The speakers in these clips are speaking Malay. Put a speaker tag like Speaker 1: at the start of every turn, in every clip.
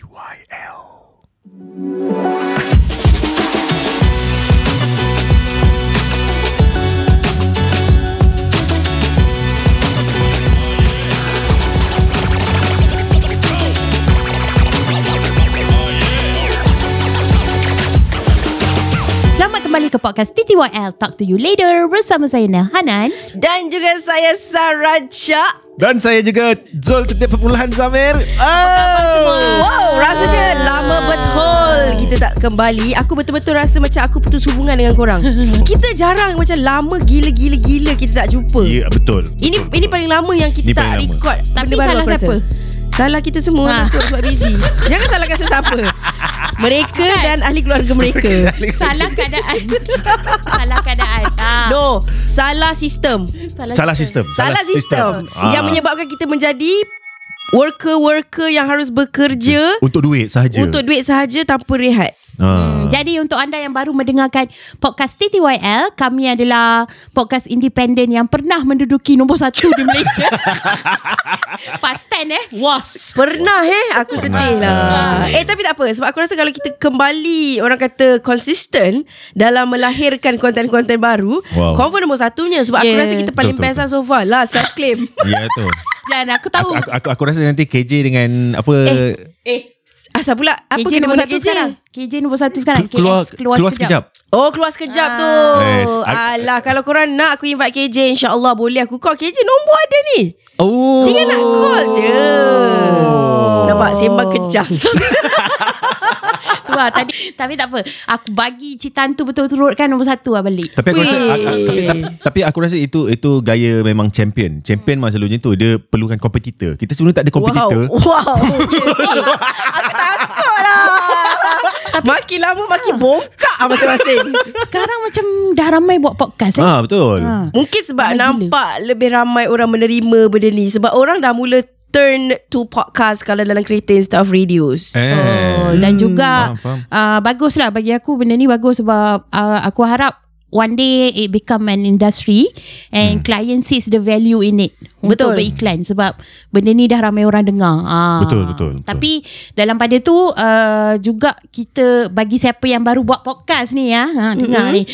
Speaker 1: YL。
Speaker 2: Selamat kembali ke podcast TTYL Talk to you later Bersama saya Hanan
Speaker 3: Dan juga saya Saraja.
Speaker 1: Dan saya juga Zul Ketua Permulahan Zamir. Oh.
Speaker 3: Wow, rasanya lama betul kita tak kembali. Aku betul-betul rasa macam aku putus hubungan dengan korang. kita jarang macam lama gila-gila-gila kita tak jumpa.
Speaker 1: Ya betul.
Speaker 3: Ini
Speaker 1: betul,
Speaker 3: ini paling lama yang
Speaker 1: Ini
Speaker 3: kita
Speaker 1: paling
Speaker 3: tak
Speaker 1: lama.
Speaker 3: record.
Speaker 2: Tapi
Speaker 3: benda baru
Speaker 2: salah
Speaker 3: aku rasa.
Speaker 2: siapa?
Speaker 3: Salah kita semua
Speaker 2: Ah.
Speaker 3: ha. sebab busy. Jangan salahkan sesiapa. Mereka dan ahli keluarga mereka.
Speaker 2: Salah keadaan Salah keadaan ah.
Speaker 3: No, salah sistem.
Speaker 1: Salah sistem.
Speaker 3: Salah sistem
Speaker 1: Ah.
Speaker 3: yang menyebabkan kita menjadi worker-worker yang harus bekerja
Speaker 1: Untuk duit sahaja.
Speaker 3: untuk duit sahaja tanpa rehat.
Speaker 1: Ah.
Speaker 2: Hmm, Jadi untuk anda yang baru mendengarkan podcast TTYL Kami adalah podcast independen yang pernah menduduki nombor satu di Malaysia Past 10 eh Was
Speaker 3: Pernah eh Aku sedih lah Eh tapi tak apa Sebab aku rasa kalau kita kembali Orang kata konsisten Dalam melahirkan konten-konten baru
Speaker 1: Wow.
Speaker 3: wow. Confirm nombor satunya Sebab aku
Speaker 2: Yeah.
Speaker 3: rasa kita paling
Speaker 1: Betul,
Speaker 3: best lah so far Lah self claim
Speaker 1: Ya tu.
Speaker 2: Dan aku
Speaker 1: Aku,
Speaker 2: tahu
Speaker 1: aku, aku, aku rasa nanti KJ dengan apa eh,
Speaker 2: Eh
Speaker 3: Asal pula Apa
Speaker 2: KJ
Speaker 3: kena
Speaker 2: nombor
Speaker 3: mengena
Speaker 2: satu
Speaker 3: KJ?
Speaker 2: sekarang KJ nombor satu
Speaker 3: ah,
Speaker 2: sekarang
Speaker 1: keluar
Speaker 2: KS,
Speaker 1: keluar, sekejap.
Speaker 3: Oh keluar sekejap tu
Speaker 1: Eh, aku-
Speaker 3: Alah kalau korang nak Aku invite KJ InsyaAllah boleh aku call KJ Nombor ada ni
Speaker 1: Oh.
Speaker 3: Tinggal nak call je Nampak sembang kejang
Speaker 2: tu lah tadi tapi tak apa aku bagi citaan tu betul-betul urutkan nombor satu lah balik
Speaker 1: Tapi aku rasa
Speaker 3: Weh.
Speaker 1: aku, tapi, tapi, tapi aku rasa itu itu gaya memang champion. Champion masa selalunya tu dia perlukan kompetitor. Kita sebenarnya tak ada kompetitor.
Speaker 3: Wow, wow. Eh, Aku takut lah Makin lama makin bongkak lah masing-masing
Speaker 2: sekarang macam dah ramai buat podcast eh
Speaker 1: Ah betul.
Speaker 2: Ah.
Speaker 3: Mungkin sebab
Speaker 2: Ramai gila.
Speaker 3: nampak lebih ramai orang menerima benda ni Sebab orang dah mula turn to podcast Kalau dalam kereta instead of radios
Speaker 1: Eh.
Speaker 2: Oh, dan
Speaker 1: Faham,
Speaker 2: juga
Speaker 1: faham.
Speaker 2: uh, baguslah bagi aku benda ni bagus sebab uh, aku harap one day it become an industry and hmm. client sees the value in it untuk
Speaker 3: Betul.
Speaker 2: beriklan sebab benda ni dah ramai orang dengar. Ah.
Speaker 1: Betul, betul, betul.
Speaker 2: Tapi dalam pada tu uh, juga kita bagi siapa yang baru buat podcast ni ya. Ha dengar ni.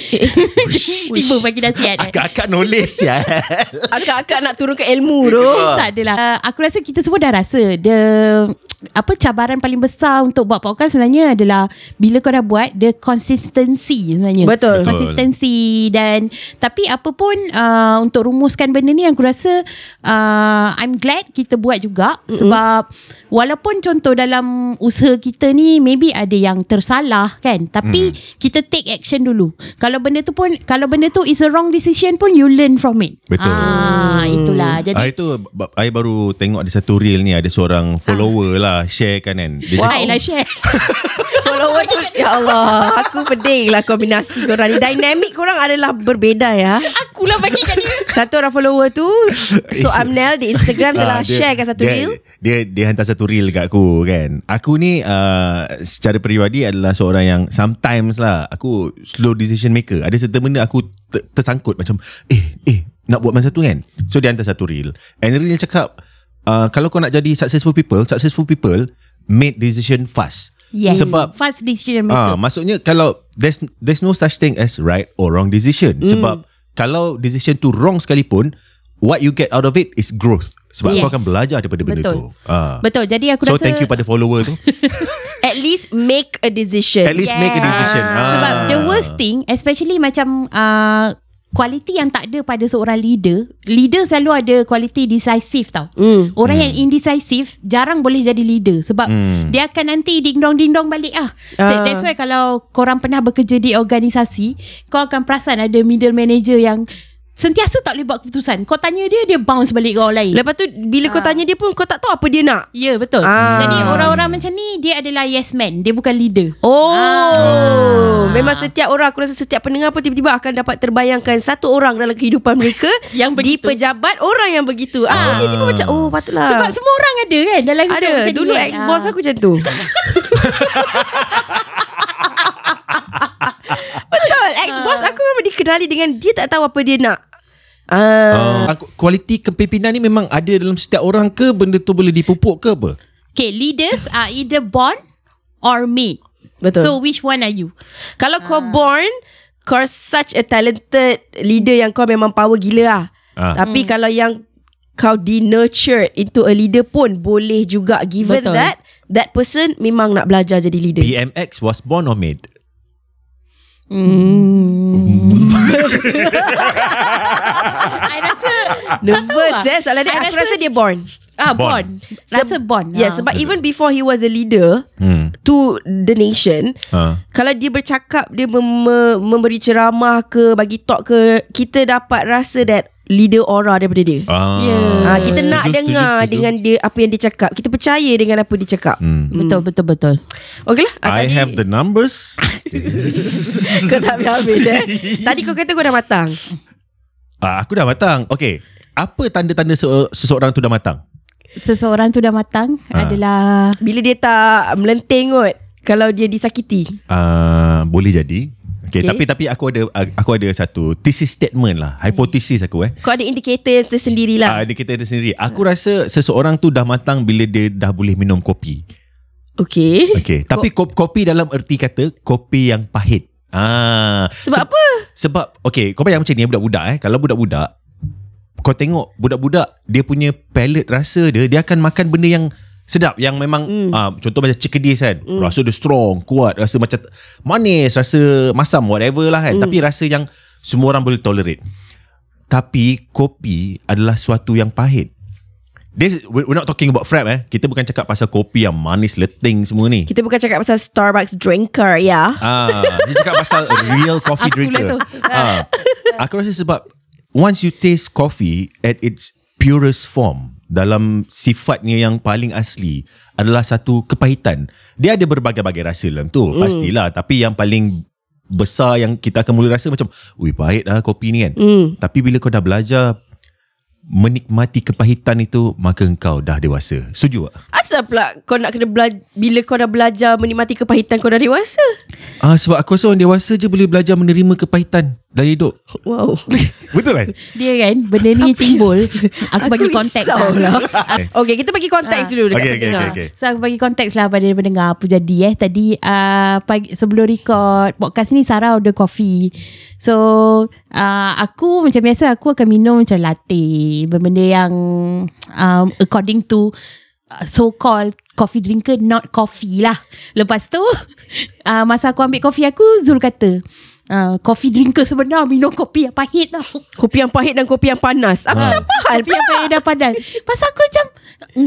Speaker 2: Tiba bagi nasihat. eh.
Speaker 1: Akak-akak knowledge ya.
Speaker 3: Akak-akak nak turunkan ilmu tu
Speaker 1: Ah.
Speaker 2: Tak adalah uh, Aku rasa kita semua dah rasa The Apa cabaran paling besar Untuk buat podcast sebenarnya adalah Bila kau dah buat The consistency sebenarnya
Speaker 1: Betul.
Speaker 3: Betul.
Speaker 2: Consistency Dan Tapi apa pun uh, Untuk rumuskan benda ni Aku rasa uh, I'm glad kita buat juga mm-hmm. Sebab Walaupun contoh dalam Usaha kita ni Maybe ada yang tersalah kan Tapi mm. Kita take action dulu Kalau benda tu pun Kalau benda tu is a wrong decision pun You learn from it
Speaker 1: Betul.
Speaker 2: ah, Itulah Jadi
Speaker 1: Hari tu ba- I baru tengok di satu reel ni ada
Speaker 3: Ah.
Speaker 1: seorang follower lah share kan kan. Dia
Speaker 2: Wow. Baiklah
Speaker 1: cakap,
Speaker 2: share
Speaker 3: Follower tu Ya Allah Aku pedih lah kombinasi korang ni Dynamic korang adalah berbeda ya
Speaker 2: Akulah bagi kat dia
Speaker 3: Satu orang follower tu So Amnel di Instagram
Speaker 1: Ah,
Speaker 3: telah share kan satu
Speaker 1: dia,
Speaker 3: reel
Speaker 1: Dia dia hantar satu reel kat aku kan. Aku ni uh, secara peribadi adalah seorang yang sometimes lah aku slow decision maker. Ada serta benda aku ter, tersangkut macam eh eh nak buat masa tu kan. So dia hantar satu reel. And reel cakap uh, kalau kau nak jadi successful people, successful people make decision fast.
Speaker 2: Yes
Speaker 1: Sebab
Speaker 2: Fast decision
Speaker 1: Ah,
Speaker 2: maker
Speaker 1: maksudnya kalau there's there's no such thing as right or wrong decision. Mm. Sebab kalau decision tu wrong sekalipun, what you get out of it is growth. Sebab yes. kau
Speaker 2: Yes.
Speaker 1: akan belajar daripada benda
Speaker 3: Betul.
Speaker 1: tu. Ah.
Speaker 2: Betul Jadi aku
Speaker 1: So
Speaker 2: rasa
Speaker 1: thank you pada follower tu.
Speaker 3: At least make a decision
Speaker 1: At least yeah. make a decision. Ah.
Speaker 2: Sebab the worst thing Especially macam uh, Kualiti yang tak ada pada seorang leader Leader selalu ada kualiti decisive tau
Speaker 1: Hmm.
Speaker 2: mm. Orang mm. yang indecisive Jarang boleh jadi leader Sebab
Speaker 1: Hmm.
Speaker 2: mm. dia akan nanti ding-dong-ding-dong balik ah. So
Speaker 3: Ah.
Speaker 2: that's why kalau korang pernah bekerja di organisasi Kau akan perasan ada middle manager yang Sentiasa tak boleh buat keputusan Kau tanya dia Dia bounce balik ke orang lain
Speaker 3: Lepas tu bila kau tanya dia pun kau tak tahu apa dia nak.
Speaker 2: Ya betul
Speaker 3: Ah.
Speaker 2: Jadi orang-orang macam ni Dia adalah yes man Dia bukan leader
Speaker 3: Oh,
Speaker 1: Ah.
Speaker 3: memang setiap orang aku rasa setiap pendengar pun tiba-tiba akan dapat terbayangkan satu orang dalam kehidupan mereka
Speaker 2: Yang
Speaker 3: di
Speaker 2: begitu.
Speaker 3: pejabat orang yang begitu.
Speaker 1: Ah.
Speaker 3: Aku tiba-tiba macam oh patutlah.
Speaker 2: Sebab semua orang Ah. ada kan Dalam hidup
Speaker 3: ada
Speaker 2: macam
Speaker 3: dulu
Speaker 2: ni kan?
Speaker 3: ex boss
Speaker 2: Ah.
Speaker 3: aku macam tu. Betul, ex boss aku memang dikenali dengan dia tak tahu apa dia nak. Ah.
Speaker 1: Ah, aku- kualiti kepimpinan ni memang ada dalam setiap orang ke benda tu boleh dipupuk ke apa?
Speaker 2: Okay, leaders are either born or made.
Speaker 3: Betul.
Speaker 2: So which one are you?
Speaker 3: Kalau
Speaker 2: Ah.
Speaker 3: kau born Kau such a talented Leader yang kau memang power gila lah
Speaker 1: Ah.
Speaker 3: Tapi
Speaker 2: Hmm.
Speaker 3: kalau yang Kau di nurtured Into a leader pun Boleh juga Given
Speaker 2: Betul.
Speaker 3: that That person Memang nak belajar jadi leader
Speaker 1: BMX was born or made?
Speaker 2: I rasa
Speaker 3: Nervous
Speaker 2: lah.
Speaker 3: eh Soalan dia
Speaker 2: I
Speaker 3: Aku
Speaker 2: rasa-
Speaker 3: rasa dia born
Speaker 2: ah
Speaker 1: Born.
Speaker 2: born. Rasa born.
Speaker 3: Ya yeah,
Speaker 2: ah.
Speaker 3: sebab even before He was a leader
Speaker 1: Hmm.
Speaker 3: To the nation
Speaker 1: Ha.
Speaker 3: Kalau dia bercakap Dia mem- me- memberi ceramah ke Bagi talk ke Kita dapat rasa that Leader aura daripada dia
Speaker 1: Ah.
Speaker 2: Ya.
Speaker 3: Ah, kita nak
Speaker 1: Setuju,
Speaker 3: dengar
Speaker 1: setuju, setuju.
Speaker 3: dengan dia apa yang dia cakap. Kita percaya dengan apa dia cakap.
Speaker 1: Hmm.
Speaker 2: betul betul betul.
Speaker 3: Okeylah.
Speaker 1: I
Speaker 3: Ah, tadi
Speaker 1: have the numbers.
Speaker 3: kau tak habis eh. tadi kau kata kau dah matang.
Speaker 1: ah, aku dah matang. Okay. Apa tanda-tanda se- seseorang tu dah matang?
Speaker 2: Seseorang tu dah matang
Speaker 1: Ah.
Speaker 2: adalah
Speaker 3: Bila dia tak melenting kot kalau dia disakiti.
Speaker 1: Uh, boleh jadi. Okay, okay,
Speaker 3: Okay.
Speaker 1: tapi tapi aku ada aku ada satu thesis statement lah, hipotesis aku eh.
Speaker 3: Kau ada
Speaker 1: Ah,
Speaker 3: indikator tersendirilah.
Speaker 1: dia kita sendiri. Aku rasa seseorang tu dah matang bila dia dah boleh minum kopi.
Speaker 3: Okey.
Speaker 1: Okay. Tapi kop- kopi dalam erti kata kopi yang pahit. Ah.
Speaker 3: Sebab apa?
Speaker 1: Sebab okay, kau bayang macam ni budak-budak eh. Kalau budak-budak kau tengok budak-budak dia punya palate rasa dia dia akan makan benda yang sedap yang memang mm. uh, contoh macam cikedis kan mm. rasa dia strong kuat rasa macam manis rasa masam whatever lah kan mm. tapi rasa yang semua orang boleh tolerate tapi kopi adalah suatu yang pahit this we're we're not talking about frap eh kita bukan cakap pasal kopi yang manis leting semua ni
Speaker 3: Kita bukan cakap pasal Starbucks drinker ya.
Speaker 1: Ah, dia cakap pasal a real coffee
Speaker 2: Aku
Speaker 1: drinker.
Speaker 2: pula tu.
Speaker 1: Ah, aku rasa sebab once you taste coffee at its purest form dalam sifatnya yang paling asli adalah satu kepahitan. Dia ada berbagai-bagai rasa dalam tu,
Speaker 2: Hmm.
Speaker 1: pastilah. Tapi yang paling besar yang kita akan mula rasa macam, "Ui, pahit lah kopi ni kan."
Speaker 2: Hmm.
Speaker 1: Mm. Tapi bila kau dah belajar menikmati kepahitan itu, maka engkau dah dewasa. Setuju tak?
Speaker 3: Asal pula kau nak kena bela- bila kau dah belajar menikmati kepahitan kau dah dewasa?
Speaker 1: Ah sebab aku rasa orang dewasa je boleh belajar menerima kepahitan dari hidup.
Speaker 3: Wow.
Speaker 1: Betul kan?
Speaker 2: dia kan benda ni timbul. Aku bagi konteks
Speaker 3: risau
Speaker 2: lah. Ah.
Speaker 3: Okey, kita bagi konteks dulu dekat
Speaker 1: Okey, okey,
Speaker 3: pendengar.
Speaker 1: okey, okey.
Speaker 2: So aku bagi konteks lah pada pendengar apa jadi eh. Tadi uh, pagi, sebelum record podcast ni Sarah order coffee. So uh, aku macam biasa aku akan minum macam latte. Benda yang um, according to uh, so called coffee drinker not coffee lah. Lepas tu uh, masa aku ambil coffee aku Zul kata uh, coffee drinker sebenar minum kopi yang pahit tau.
Speaker 3: Kopi yang pahit dan kopi yang panas. Aku
Speaker 1: Ha.
Speaker 3: macam apa hal
Speaker 2: Tapi apa yang dah padan Pasal aku macam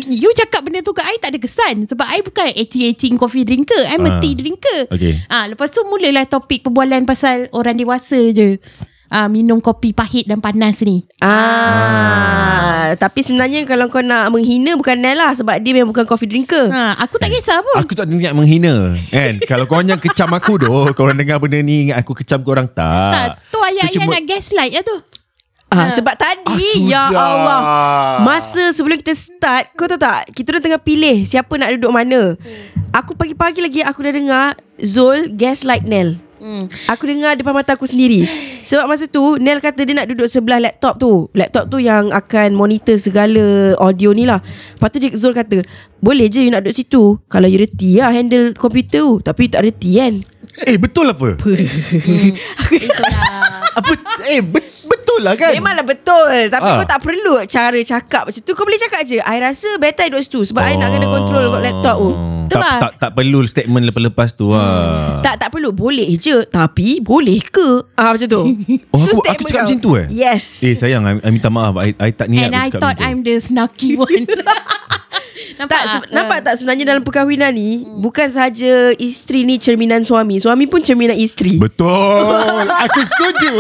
Speaker 2: You cakap benda tu kat I Tak ada kesan Sebab I bukan Eating-eating coffee drinker I'm
Speaker 1: Ah.
Speaker 2: a tea drinker
Speaker 1: Okay.
Speaker 2: ah, Lepas tu mulalah topik Perbualan pasal Orang dewasa je ah, Minum kopi pahit dan panas ni
Speaker 3: Ah, tapi sebenarnya kalau kau nak menghina bukan Nell lah sebab dia memang bukan coffee drinker.
Speaker 2: ah, Aku tak kisah pun
Speaker 1: Aku tak ada niat menghina kan Kalau korang yang kecam aku doh Korang dengar benda ni Ingat aku kecam korang tak
Speaker 2: tak, Ah, Tu ayat-ayat
Speaker 1: Ah. cuma-
Speaker 2: nak gaslight lah tu
Speaker 3: Ah, sebab tadi ya Allah. Masa sebelum kita start, kau tahu tak? Kita dah tengah pilih siapa nak duduk mana. Aku pagi-pagi lagi aku dah dengar Zul gaslight Nell. Aku dengar depan mata aku sendiri Sebab masa tu Nell kata dia nak duduk sebelah laptop tu Laptop tu yang akan monitor segala audio ni lah Lepas tu dia, Zul kata Boleh je you nak duduk situ Kalau you reti lah handle komputer tu Tapi you tak reti kan
Speaker 1: Eh betul apa?
Speaker 3: Hmm,
Speaker 1: apa? Eh bet- betul lah kan?
Speaker 3: Memanglah betul Tapi
Speaker 1: Ah.
Speaker 3: kau tak perlu cara cakap macam tu Kau boleh cakap je I rasa better I duduk situ Sebab I nak kena control kat laptop
Speaker 1: Oh.
Speaker 3: tu
Speaker 1: tak,
Speaker 2: Betul lah.
Speaker 1: tak, tak perlu statement lepas-lepas tu lah
Speaker 3: Tak tak perlu Boleh je Tapi boleh ke ah, Macam tu
Speaker 1: Oh,
Speaker 3: Tu
Speaker 1: aku- aku
Speaker 3: statement
Speaker 1: cakap
Speaker 3: kau.
Speaker 1: macam tu eh?
Speaker 3: Yes
Speaker 1: Eh sayang I, I minta maaf I, I tak niat
Speaker 2: And I
Speaker 1: bercakap
Speaker 2: thought
Speaker 1: macam tu.
Speaker 2: I'm the snarky one Nampak
Speaker 3: tak, se- nampak tak sebenarnya dalam perkahwinan ni Bukan sahaja isteri ni cerminan suami Suami pun cerminan isteri
Speaker 1: Betul Aku setuju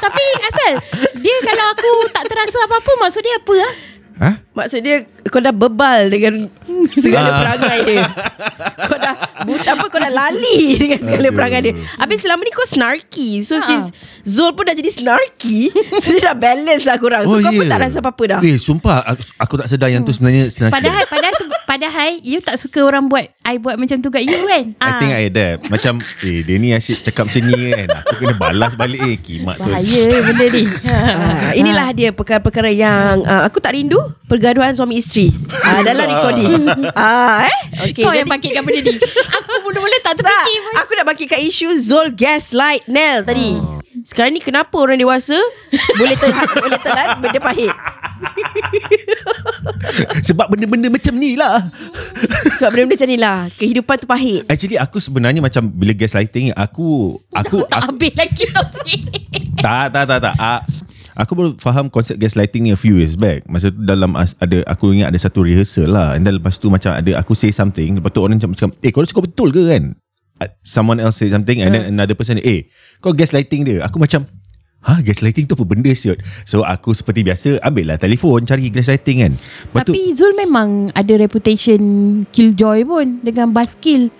Speaker 2: Tapi asal Dia kalau aku tak terasa apa-apa Maksud dia apa lah
Speaker 1: Hah?
Speaker 3: Maksud dia kau dah bebal dengan segala
Speaker 1: Ah.
Speaker 3: perangai dia. Kau dah buta apa kau dah lali dengan
Speaker 1: Aduh.
Speaker 3: segala perangai dia. Habis selama ni kau snarky. So
Speaker 2: Ha.
Speaker 3: since Zul pun dah jadi snarky, so dia
Speaker 1: Oh, ya.
Speaker 3: dah balance lah korang. So kau pun tak rasa apa-apa dah. Hmm.
Speaker 1: Eh sumpah Aku, aku tak sedar yang tu sebenarnya senarki.
Speaker 2: Padahal padahal, sebe- Padahal you tak suka orang buat I buat macam tu kat you kan
Speaker 1: I think I adapt Macam Eh dia ni asyik cakap macam ni kan Aku kena balas balik Eh kimak tu
Speaker 2: Bahaya benda ni
Speaker 3: Ah, inilah dia perkara-perkara yang ah, aku tak rindu pergaduhan suami isteri ah, dalam recording. ah, eh?
Speaker 2: okay,
Speaker 3: Okay,
Speaker 2: Kau yang pakitkan benda ni Aku mula-mula tak
Speaker 3: tak,
Speaker 2: terfikir pun
Speaker 3: aku nak bagikan isu Zul gaslight Nell tadi.
Speaker 1: Ah.
Speaker 3: Sekarang ni kenapa orang dewasa boleh telan, boleh telan benda pahit?
Speaker 1: Sebab benda-benda macam ni lah
Speaker 3: Sebab benda-benda macam ni lah. Kehidupan tu pahit.
Speaker 1: Actually aku sebenarnya macam Bila gaslighting Aku Aku,
Speaker 2: Tak
Speaker 1: aku
Speaker 2: habis lagi topik
Speaker 1: tak tak tak tak. Ah, aku baru faham konsep gaslighting ni a few years back. Masa tu dalam as- ada aku ingat ada satu rehearsal lah. And then lepas tu macam ada aku say something, lepas tu orang macam cakap, "Eh, kau cakap betul ke kan?" Ah, Someone else say something and then
Speaker 3: Hmm.
Speaker 1: another person, "Eh, kau gaslighting dia." Aku macam Ha gaslighting tu apa benda siot So aku seperti biasa Ambil lah telefon Cari gaslighting kan Lepas tu-
Speaker 2: Tapi Zul memang ada reputation killjoy pun Dengan buzzkill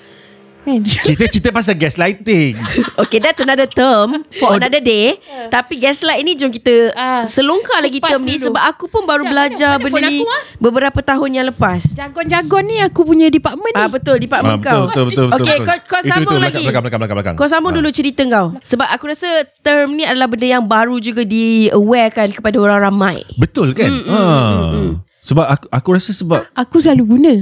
Speaker 2: Kan
Speaker 1: Kita cerita pasal gaslighting
Speaker 3: Okay, that's another term for another day. Tapi gaslight ni jom kita
Speaker 2: Oh, Ah,
Speaker 3: selongkar lagi
Speaker 2: kupas
Speaker 3: term ni
Speaker 2: dulu.
Speaker 3: sebab aku pun baru
Speaker 2: Sekejap,
Speaker 3: belajar
Speaker 2: mana- mana phone
Speaker 3: benda ni
Speaker 2: aku, ah?
Speaker 3: beberapa tahun yang lepas.
Speaker 2: Jagon-jagon ni aku punya department ni
Speaker 3: Ah betul di Pak
Speaker 1: Ah,
Speaker 3: kau.
Speaker 1: betul, betul, betul,
Speaker 3: Okey
Speaker 1: betul.
Speaker 3: kau kau
Speaker 1: Itu,
Speaker 3: sambung
Speaker 1: itu, belakang,
Speaker 3: lagi.
Speaker 1: belakang, belakang, belakang, belakang.
Speaker 3: Kau sambung
Speaker 1: Ah.
Speaker 3: dulu cerita kau. Sebab aku rasa term ni adalah benda yang baru juga di awarekan kepada orang ramai.
Speaker 1: Betul kan
Speaker 3: Hmm,
Speaker 1: mm, Sebab aku, aku rasa sebab
Speaker 2: Aku selalu guna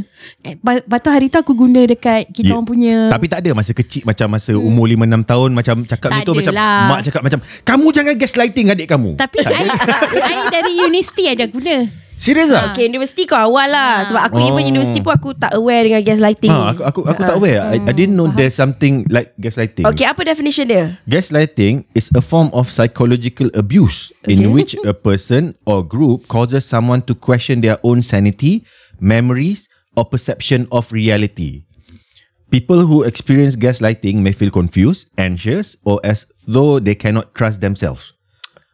Speaker 2: Eh, ba- Batu hari tu aku guna dekat
Speaker 1: Ya.
Speaker 2: Kita orang punya
Speaker 1: Tapi tak ada masa kecil Macam masa hmm. umur 5-6 tahun Macam cakap
Speaker 2: Tak
Speaker 1: macam tu Macam
Speaker 2: adalah.
Speaker 1: mak cakap macam Kamu jangan gaslighting adik kamu
Speaker 2: Tapi I, I dari universiti ada guna
Speaker 1: Serius
Speaker 2: Ah.
Speaker 1: lah
Speaker 3: Okay, universiti kau awal lah. Sebab aku even
Speaker 1: Oh.
Speaker 3: universiti pun aku tak aware dengan gaslighting.
Speaker 1: ha, Aku aku, aku tak aware I, I didn't know there's something like gaslighting
Speaker 3: Okay, apa definition dia?
Speaker 1: Gaslighting is a form of psychological abuse in which a person or group causes someone to question their own sanity, memories, or perception of reality. People who experience gaslighting may feel confused, anxious, or as though they cannot trust themselves.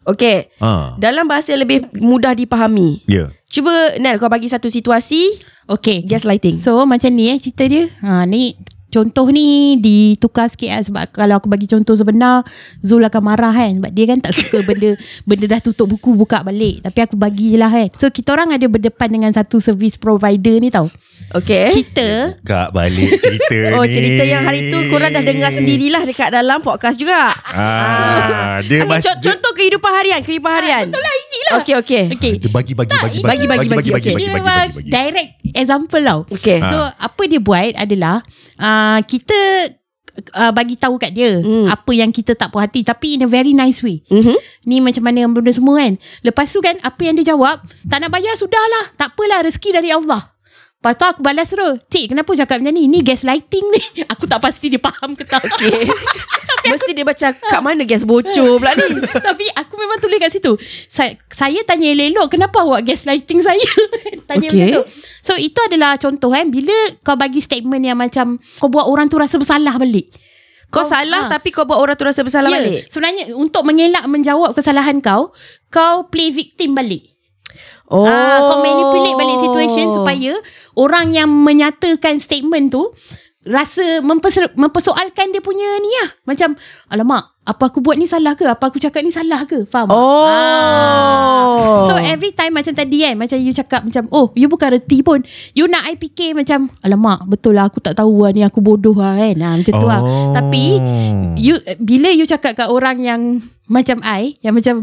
Speaker 3: Okay.
Speaker 1: Ah.
Speaker 3: Dalam bahasa yang lebih mudah dipahami.
Speaker 1: Yeah.
Speaker 3: Cuba Nel kau bagi satu situasi
Speaker 2: Okay
Speaker 3: gaslighting.
Speaker 2: So macam ni eh cerita dia ha, Ni contoh ni ditukar sikit lah Sebab kalau aku bagi contoh sebenar Zul akan marah kan Sebab dia kan tak suka benda Benda dah tutup buku buka balik Tapi aku bagi je lah kan So kita orang ada berdepan dengan satu service provider ni tau
Speaker 3: Okay.
Speaker 2: Kita
Speaker 1: Kak balik cerita ni.
Speaker 3: Oh cerita yang hari tu korang dah dengar sendirilah dekat dalam podcast juga.
Speaker 1: Ah, dia
Speaker 3: Okay,
Speaker 1: mas,
Speaker 3: co-
Speaker 1: dia,
Speaker 3: contoh kehidupan harian, kehidupan
Speaker 2: Ah,
Speaker 3: harian. Betul lah inilah. Okey okey.
Speaker 2: Okay
Speaker 1: dia bagi bagi bagi
Speaker 3: Bagi, bagi,
Speaker 1: bagi
Speaker 3: bagi, okay.
Speaker 1: bagi
Speaker 2: Dia
Speaker 1: bagi
Speaker 2: memang
Speaker 1: bagi Ha. bagi.
Speaker 2: direct example tau
Speaker 3: Okey.
Speaker 2: So apa dia buat adalah uh, kita uh, bagi tahu kat dia
Speaker 3: Hmm.
Speaker 2: apa yang kita tak puas hati tapi in a very nice way.
Speaker 1: Mm-hmm.
Speaker 3: Mhm.
Speaker 2: Ni macam mana benda semua kan. Lepas tu kan apa yang dia jawab, tak nak bayar sudahlah. Tak apalah rezeki dari Allah. Lepas tu aku balas terus Cik kenapa cakap macam ni Ni gaslighting ni Aku tak pasti dia faham ke tak okay.
Speaker 3: Mesti dia macam kat mana gas bocor pula ni.
Speaker 2: Tapi aku memang tulis kat situ saya, saya tanya elok Kenapa awak gaslighting saya Tanya okay.
Speaker 3: Okay.
Speaker 2: macam tu So itu adalah contoh kan Bila kau bagi statement yang macam Kau buat orang tu rasa bersalah balik
Speaker 3: Kau
Speaker 2: Kau- ha.
Speaker 3: salah tapi kau buat orang tu rasa bersalah
Speaker 2: Ya,
Speaker 3: balik.
Speaker 2: Sebenarnya untuk mengelak menjawab kesalahan kau Kau play victim balik
Speaker 3: Oh.
Speaker 2: Ah, kau manipulate balik situation supaya orang yang menyatakan statement tu rasa memperse- mempersoalkan dia punya ni lah. Macam, alamak, apa aku buat ni salah ke? Apa aku cakap ni salah ke? Faham? tak?
Speaker 3: Oh.
Speaker 2: Ah. So
Speaker 1: Oh.
Speaker 2: every time macam tadi kan Macam you cakap macam Oh you bukan reti pun You nak I fikir macam Alamak betul lah aku tak tahu lah Ni aku bodoh lah kan ha, Macam tu lah
Speaker 1: Oh.
Speaker 2: Tapi you Bila you cakap kat orang yang Macam I Yang macam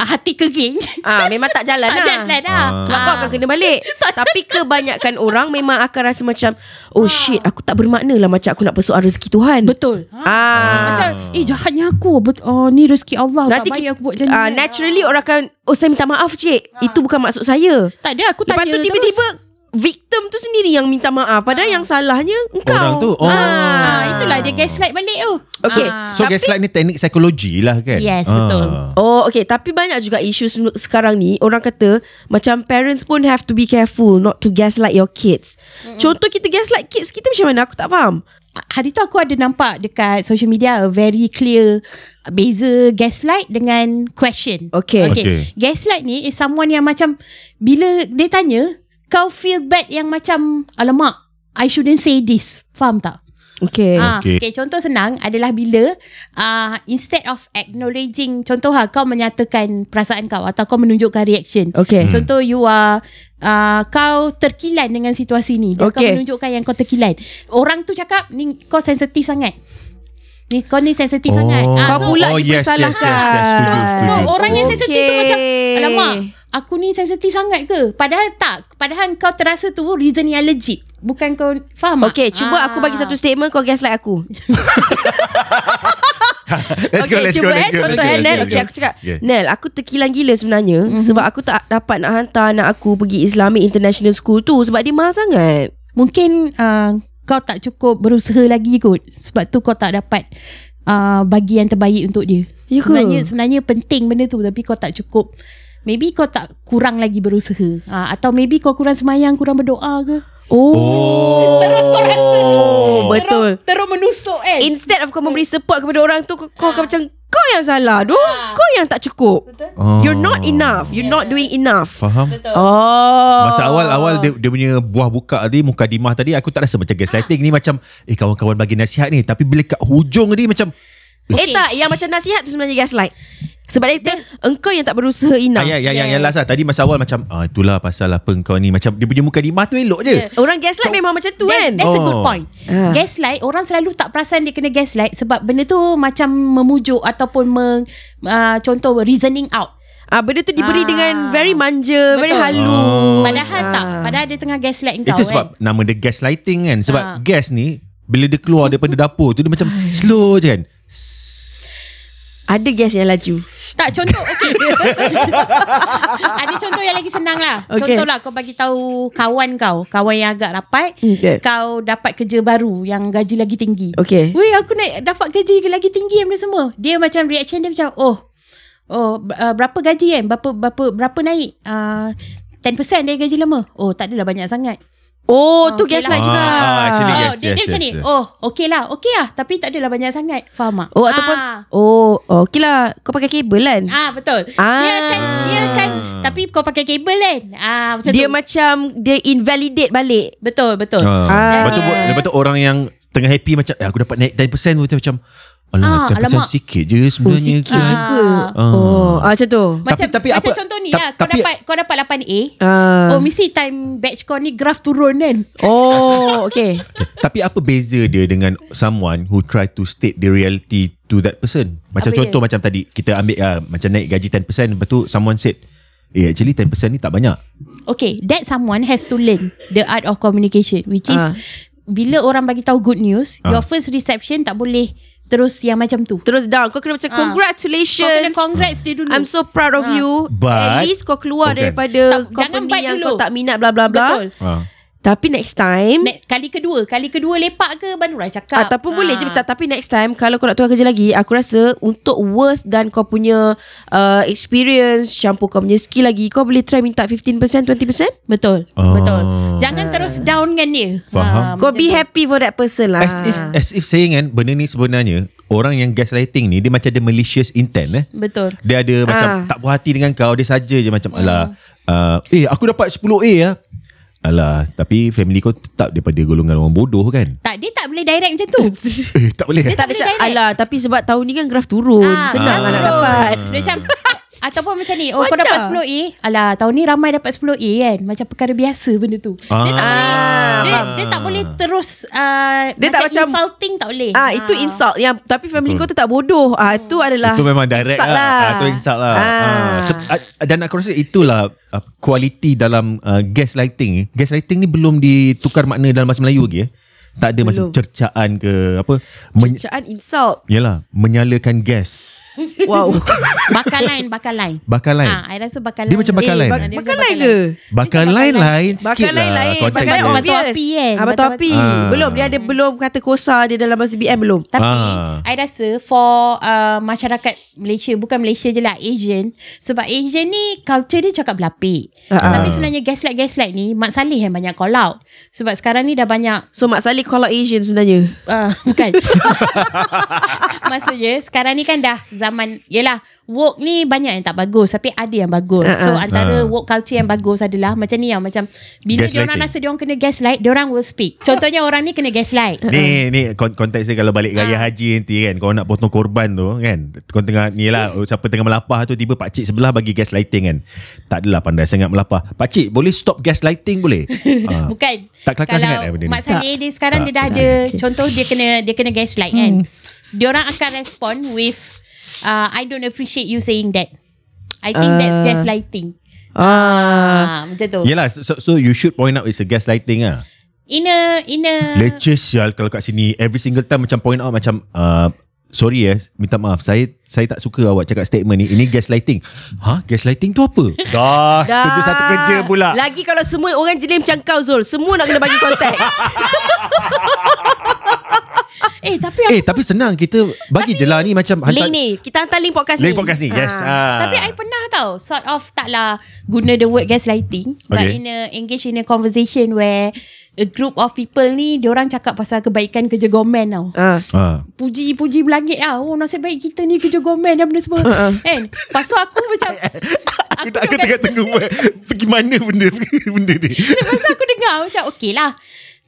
Speaker 2: ah, Hati kering
Speaker 3: Ah, memang tak jalan
Speaker 2: Tak
Speaker 3: lah.
Speaker 2: jalan lah
Speaker 1: Ah.
Speaker 3: Sebab kau akan kena balik Tapi kebanyakan orang Memang akan rasa macam Oh shit Aku tak bermakna lah Macam aku nak persoal rezeki Tuhan
Speaker 2: Ah. Betul
Speaker 3: Ah,
Speaker 2: Macam Eh jahatnya aku Bet- oh, Ni rezeki Allah Nanti
Speaker 3: Nanti
Speaker 2: Tak baik
Speaker 3: kita-
Speaker 2: aku buat macam ni
Speaker 3: ah, Naturally orang akan Oh saya minta maaf cik Itu bukan maksud saya
Speaker 2: Tak ada aku
Speaker 3: Lepas
Speaker 2: tanya
Speaker 3: tu tiba-tiba Victim tu sendiri yang minta maaf Padahal yang salahnya engkau
Speaker 1: Orang tu, oh.
Speaker 2: terus.
Speaker 3: ah.
Speaker 2: ah, Itulah dia gaslight balik tu
Speaker 3: Okay
Speaker 2: Ah.
Speaker 1: So
Speaker 3: ya, Tapi-
Speaker 1: gaslight ni teknik psikologi lah kan
Speaker 2: Yes, betul.
Speaker 3: Oh okay Tapi banyak juga isu se- sekarang ni Orang kata Macam parents pun have to be careful Not to gaslight your kids Contoh kita gaslight kids kita macam mana Aku tak faham
Speaker 2: Hari tu aku ada nampak dekat social media a very clear beza gaslight dengan question.
Speaker 3: Okay.
Speaker 1: Okay.
Speaker 2: Gaslight ni is someone yang macam bila dia tanya kau feel bad yang macam alamak I shouldn't say this. Faham tak?
Speaker 3: Okay.
Speaker 2: Ah,
Speaker 1: Okay.
Speaker 2: okay. okay, contoh senang adalah bila uh, instead of acknowledging, contoh ha, kau menyatakan perasaan kau atau kau menunjukkan reaction. Eh,
Speaker 3: Okay.
Speaker 1: Hmm.
Speaker 2: Contoh you are uh, kau terkilan dengan situasi ni. Dan Kau
Speaker 3: Okay.
Speaker 2: menunjukkan yang kau terkilan. Orang tu cakap ni kau sensitif sangat. Ni kau ni sensitif
Speaker 1: Oh.
Speaker 2: sangat. Ah,
Speaker 3: Kau
Speaker 2: so,
Speaker 3: pula
Speaker 1: Oh, yes, yes, yes, yes.
Speaker 3: dipersalahkan.
Speaker 1: Setuju, setuju.
Speaker 2: So orang yang sensitif tu
Speaker 3: Okay.
Speaker 2: macam Alamak Aku ni sensitif sangat ke Padahal tak Padahal kau terasa tu Reason yang legit Bukan kau Faham
Speaker 3: Okay,
Speaker 2: tak?
Speaker 3: cuba
Speaker 2: Ah.
Speaker 3: aku bagi satu statement kau gaslight aku.
Speaker 1: Let's go,
Speaker 3: okay,
Speaker 1: let's
Speaker 3: cuba
Speaker 1: go, let's
Speaker 3: eh,
Speaker 1: go.
Speaker 3: Contoh eh, Nel. Okay, aku cakap.
Speaker 1: Okay.
Speaker 3: Nel, aku terkilan gila sebenarnya mm-hmm. sebab aku tak dapat nak hantar anak aku pergi Islamic International School tu sebab dia mahal sangat.
Speaker 2: Mungkin uh, Kau tak cukup Berusaha lagi kot Sebab tu kau tak dapat uh, Bagi yang terbaik untuk dia
Speaker 3: Ya ke?
Speaker 2: Sebenarnya Sebenarnya penting benda tu Tapi kau tak cukup Maybe kau tak Kurang lagi berusaha uh, Atau maybe kau kurang semayang Kurang berdoa ke
Speaker 1: Oh.
Speaker 2: Terus kau rasa
Speaker 3: betul.
Speaker 2: Terus, terus menusuk kan
Speaker 3: Instead of kau memberi support kepada orang tu Kau, kau
Speaker 2: Ah.
Speaker 3: akan macam Kau yang salah Duh, Kau yang tak cukup
Speaker 1: Oh.
Speaker 3: You're not enough You're not doing enough
Speaker 1: Faham?
Speaker 3: Oh
Speaker 1: Masa awal-awal dia, dia punya buah buka tadi Mukadimah tadi Aku tak rasa macam gaslighting ni Macam Eh kawan-kawan bagi nasihat ni Tapi bila kat hujung ni Macam
Speaker 3: Eh tak Yang macam nasihat tu sebenarnya gaslight Sebab dia kata Engkau yang tak berusaha enough
Speaker 1: Ayah, yang, yang, yang last lah Tadi masa awal macam ah, Itulah pasal apa kau ni Macam dia punya mukadimah tu elok je yeah.
Speaker 3: Orang gaslight memang macam tu
Speaker 2: That,
Speaker 3: kan
Speaker 2: that's oh. a good
Speaker 1: Oh.
Speaker 2: point.
Speaker 3: Ah.
Speaker 2: Gaslight, orang selalu tak perasan dia kena gaslight sebab benda tu macam memujuk ataupun meng, uh, contoh reasoning out.
Speaker 3: ah, Benda tu
Speaker 2: Ah.
Speaker 3: diberi dengan Very manja Very
Speaker 2: Betul.
Speaker 3: halus
Speaker 2: Padahal
Speaker 3: Ah.
Speaker 2: tak. Padahal dia tengah gaslight kau
Speaker 1: Itu sebab
Speaker 2: kan.
Speaker 1: Nama dia gaslighting kan Sebab
Speaker 2: Ah.
Speaker 1: gas ni Bila dia keluar daripada dapur tu Dia macam slow je kan
Speaker 3: Ada gas yang laju
Speaker 2: Tak, contoh, okay. Ada contoh yang lagi senang lah.
Speaker 3: Okay.
Speaker 2: Okay. Contohlah kau bagi tahu kawan kau, kawan yang agak rapat,
Speaker 3: Okay.
Speaker 2: kau dapat kerja baru yang gaji lagi tinggi.
Speaker 3: Okay
Speaker 2: Weh aku nak dapat kerja yang lagi tinggi daripada semua. Dia macam reaction dia macam oh oh b- uh, berapa gaji kan? Berapa berapa berapa naik? Uh, 10% dari gaji lama. Oh tak adalah banyak sangat.
Speaker 3: Oh tu
Speaker 2: okay
Speaker 3: gaslight
Speaker 1: lah.
Speaker 3: juga
Speaker 1: Ah, ah, actually, yes.
Speaker 2: oh, dia, dia
Speaker 1: yes,
Speaker 2: macam ni.
Speaker 1: yes.
Speaker 2: Oh okey lah. Okey lah. Tapi tak adalah banyak sangat. Faham tak?
Speaker 3: Oh ataupun
Speaker 2: Ah.
Speaker 3: Oh okey lah Kau pakai kabel kan
Speaker 2: Ah betul.
Speaker 3: Ah.
Speaker 2: Dia kan dia kan tapi kau pakai kabel kan. Ah macam
Speaker 3: Dia
Speaker 2: tu.
Speaker 3: macam Dia invalidate balik
Speaker 2: betul betul.
Speaker 1: ah. Lepas, tu,
Speaker 3: Ah.
Speaker 1: lepas tu orang yang Tengah happy macam eh, Aku dapat naik 10% tu Macam Alamak
Speaker 2: Ah,
Speaker 1: 10%
Speaker 2: alamak.
Speaker 1: sikit je sebenarnya
Speaker 3: Oh, sikit
Speaker 1: Macam-
Speaker 3: juga.
Speaker 1: Ah.
Speaker 3: Oh, ah, macam tu.
Speaker 1: tapi
Speaker 2: Macam tapi, macam
Speaker 1: apa-
Speaker 2: contoh ni
Speaker 1: ta-
Speaker 2: lah. Kau
Speaker 1: tapi-
Speaker 2: dapat kau dapat 8A.
Speaker 3: Ah.
Speaker 2: Oh mesti time batch kau ni graf turun kan.
Speaker 3: Oh, okay.
Speaker 1: Tapi apa beza dia dengan someone who try to state the reality to that person? Macam
Speaker 2: Apa dia?
Speaker 1: contoh macam tadi kita ambil uh, macam naik gaji 10% lepas tu someone said Eh actually 10% ni tak banyak
Speaker 2: Okay, that someone has to learn the art of communication, which is
Speaker 3: Ah.
Speaker 2: bila orang bagi tahu good news,
Speaker 1: Ah.
Speaker 2: your first reception tak boleh terus yang macam tu.
Speaker 3: Terus down. Kau kena macam
Speaker 2: Ah. Kau kena
Speaker 3: congratulations.
Speaker 2: congrats dia dulu.
Speaker 3: I'm so proud of
Speaker 2: Ah.
Speaker 3: you.
Speaker 1: But-
Speaker 3: At least kau keluar
Speaker 1: Bukan.
Speaker 3: daripada
Speaker 2: Tak, jangan
Speaker 3: company
Speaker 2: buat
Speaker 3: yang
Speaker 2: dulu.
Speaker 3: kau tak minat bla bla bla.
Speaker 2: Betul.
Speaker 1: ha.
Speaker 3: Tapi next time
Speaker 2: Ne- kali kedua, kali kedua lepak ke baru lah cakap. Ah.
Speaker 3: Ataupun boleh je tak- Tapi next time Kalau kau nak tukar kerja lagi Aku rasa Untuk worth Dan kau punya uh, Experience Campur kau punya skill lagi Kau boleh try minta 15% 20%
Speaker 2: Betul,
Speaker 1: Ah.
Speaker 2: betul. Jangan terus down kan dia.
Speaker 1: Faham.
Speaker 2: Ah,
Speaker 3: Kau be happy for that person lah
Speaker 1: As if as if saying kan benda ni sebenarnya orang yang gaslighting ni dia macam ada malicious intent eh.
Speaker 2: betul.
Speaker 1: Dia ada macam
Speaker 3: Ah.
Speaker 1: tak puas hati dengan kau Dia saja je macam Alah uh, Eh aku dapat 10A lah Alah Tapi family kau tetap Daripada golongan orang bodoh kan
Speaker 2: Tak, dia tak boleh direct macam tu.
Speaker 1: Eh tak boleh eh?
Speaker 2: Dia tak boleh
Speaker 3: Macam,
Speaker 2: direct.
Speaker 3: Alah tapi sebab tahun ni kan graf turun
Speaker 2: Ah,
Speaker 3: Senang
Speaker 2: betul.
Speaker 3: lah nak dapat
Speaker 2: Dia macam
Speaker 1: Hmm.
Speaker 2: Ataupun macam ni Oh kau
Speaker 3: Wajar.
Speaker 2: dapat 10A Alah tahun ni ramai dapat 10A kan Macam perkara biasa benda tu Dia tak boleh
Speaker 1: Ah.
Speaker 2: dia, dia tak boleh terus uh,
Speaker 3: Dia tak macam-
Speaker 2: Insulting tak boleh
Speaker 3: Ah itu insult yang tapi family
Speaker 1: Betul.
Speaker 3: kau tu tak bodoh. Ah itu adalah
Speaker 1: Itu memang direct
Speaker 3: insult
Speaker 1: lah. Ah, Itu insult lah.
Speaker 3: Ah.
Speaker 1: Ah. So, ah, dan aku rasa itulah ah, kualiti dalam ah, gaslighting. Gaslighting ni belum ditukar makna dalam bahasa Melayu lagi. Eh. Tak ada belum. macam
Speaker 3: Belum. cercaan
Speaker 1: cercaan ke apa. Men-
Speaker 3: insult.
Speaker 1: yalah, menyalakan gas.
Speaker 3: Wow.
Speaker 2: Bakar line Bakar line
Speaker 1: Bakar lain.
Speaker 2: Ah, I rasa bakar
Speaker 1: Kan? Dia
Speaker 2: line
Speaker 1: macam
Speaker 2: lah.
Speaker 1: bakar
Speaker 3: eh,
Speaker 1: lain.
Speaker 3: bak-
Speaker 2: Dia
Speaker 3: bakar
Speaker 2: macam
Speaker 3: lain
Speaker 2: bakar
Speaker 3: ke?
Speaker 1: Bakar lain lain sikit
Speaker 3: Bakar lain
Speaker 1: lah.
Speaker 3: lain.
Speaker 1: context
Speaker 3: Bakar lain
Speaker 1: dia.
Speaker 2: Batu
Speaker 3: obvious.
Speaker 2: api kan,
Speaker 3: Ah, batu
Speaker 2: batu
Speaker 3: api.
Speaker 1: Ah.
Speaker 3: Belum dia ada belum kata kosa dia dalam bahasa BM belum.
Speaker 2: Tapi
Speaker 1: Ah.
Speaker 2: I rasa For uh, Masyarakat Malaysia Bukan Malaysia je lah Asian Sebab Asian ni Culture dia cakap belapik
Speaker 3: Ah.
Speaker 2: Tapi sebenarnya Gaslight-gaslight ni Mak Saleh yang banyak call out Sebab sekarang ni dah banyak
Speaker 3: So Mak Saleh call out Asian sebenarnya.
Speaker 2: Uh, bukan Maksudnya Sekarang ni kan dah zaman Yelah Work ni banyak yang tak bagus Tapi ada yang bagus uh-uh. So
Speaker 1: Ah.
Speaker 2: antara uh. work culture yang bagus adalah Macam ni yang macam Bila diorang
Speaker 1: Gaslighting.
Speaker 2: rasa diorang kena gaslight Diorang will speak Contohnya orang ni kena gaslight
Speaker 1: Ni ni kon- konteks dia kalau balik raya haji nanti kan kau nak potong korban tu kan kau tengah ni lah siapa tengah melapah tu tiba pak cik sebelah bagi gaslighting kan tak adalah pandai sangat melapah pak cik boleh stop gaslighting boleh ha.
Speaker 2: Bukan
Speaker 1: Tak kelakar sangat eh
Speaker 2: Kalau
Speaker 1: benda ni.
Speaker 2: Mak Saleh dia sekarang
Speaker 1: Tak.
Speaker 2: Dia dah ada okay. Contoh dia kena Dia kena gaslight kan Diorang akan respond with uh, I don't appreciate you saying that I think uh. that's
Speaker 3: Ah.
Speaker 2: gaslighting
Speaker 3: Ah.
Speaker 2: Ah, macam tu.
Speaker 1: Yelah so, so, so you should point out it's a gaslighting ah.
Speaker 2: In a in a
Speaker 3: Eh.
Speaker 1: Leceh sial kalau kat sini every single time macam point out macam uh, sorry eh minta maaf saya saya tak suka awak cakap statement ni ini gaslighting. Ha gaslighting tu apa? Dah,
Speaker 3: Dah. Lah.
Speaker 1: kerja satu kerja pula.
Speaker 3: Lagi kalau semua orang jelim macam kau Zul Semua nak kena bagi konteks
Speaker 2: eh tapi aku,
Speaker 1: eh tapi senang kita bagi je lah ni macam
Speaker 3: Link ni Kita hantar link podcast
Speaker 1: Link
Speaker 3: ni
Speaker 1: podcast ni. Yes.
Speaker 3: Ah.
Speaker 1: Ah.
Speaker 2: tapi I pernah tau sort of taklah guna the word gaslighting okay. but
Speaker 1: Okay.
Speaker 2: in a engage in a conversation where a group of people ni diorang cakap pasal kebaikan kerja gomen tau.
Speaker 3: Ah.
Speaker 1: ah.
Speaker 2: Puji-puji berlangit lah Oh nasib baik kita ni kerja gomen dan benda semua uh-uh. Kan Lepas tu aku macam
Speaker 1: Aku,
Speaker 2: duduk
Speaker 1: aku
Speaker 2: kat
Speaker 1: tengah tengok Pergi mana benda Benda ni
Speaker 2: Lepas tu aku dengar macam okay lah.